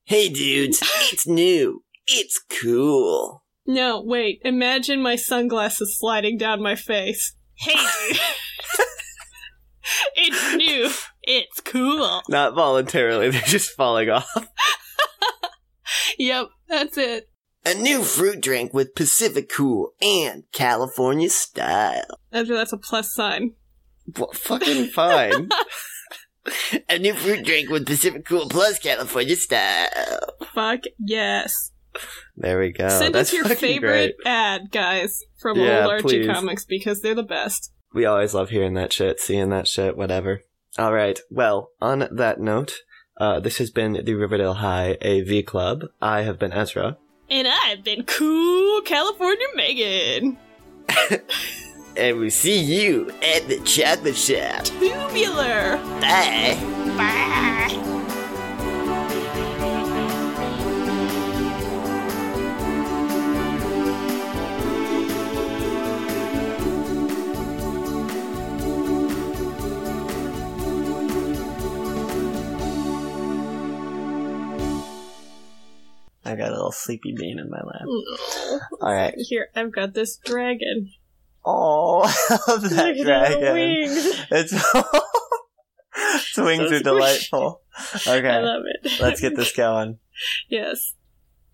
Speaker 1: "Hey dudes, it's new, it's cool."
Speaker 2: No, wait. Imagine my sunglasses sliding down my face. Hey, dude. it's new. It's cool.
Speaker 1: Not voluntarily, they're just falling off.
Speaker 2: Yep, that's it.
Speaker 1: A new fruit drink with Pacific Cool and California style.
Speaker 2: Ezra, that's a plus sign.
Speaker 1: Well, fucking fine. A new fruit drink with Pacific Cool plus California style.
Speaker 2: Fuck yes.
Speaker 1: There we go.
Speaker 2: Send
Speaker 1: Oh, That's
Speaker 2: us your
Speaker 1: fucking
Speaker 2: favorite
Speaker 1: great.
Speaker 2: ad, guys, from
Speaker 1: Yeah,
Speaker 2: old Archie
Speaker 1: please.
Speaker 2: Comics because they're the best.
Speaker 1: We always love hearing that shit, seeing that shit, whatever. All right. Well, on that note, uh, this has been the Riverdale High AV Club. I have been Ezra,
Speaker 2: And I've been cool California Megan.
Speaker 1: and we see you at the chocolate shop.
Speaker 2: Tubular.
Speaker 1: Bye.
Speaker 2: Bye.
Speaker 1: got a little sleepy bean in my lap.
Speaker 3: All right.
Speaker 2: Mm. Here, I've got this dragon.
Speaker 1: Oh, I love that
Speaker 2: Look at the
Speaker 1: dragon.
Speaker 2: wings.
Speaker 1: It's its wings
Speaker 2: So
Speaker 1: are delightful.
Speaker 2: I
Speaker 1: Okay,
Speaker 2: love it.
Speaker 1: let's get this going.
Speaker 2: yes.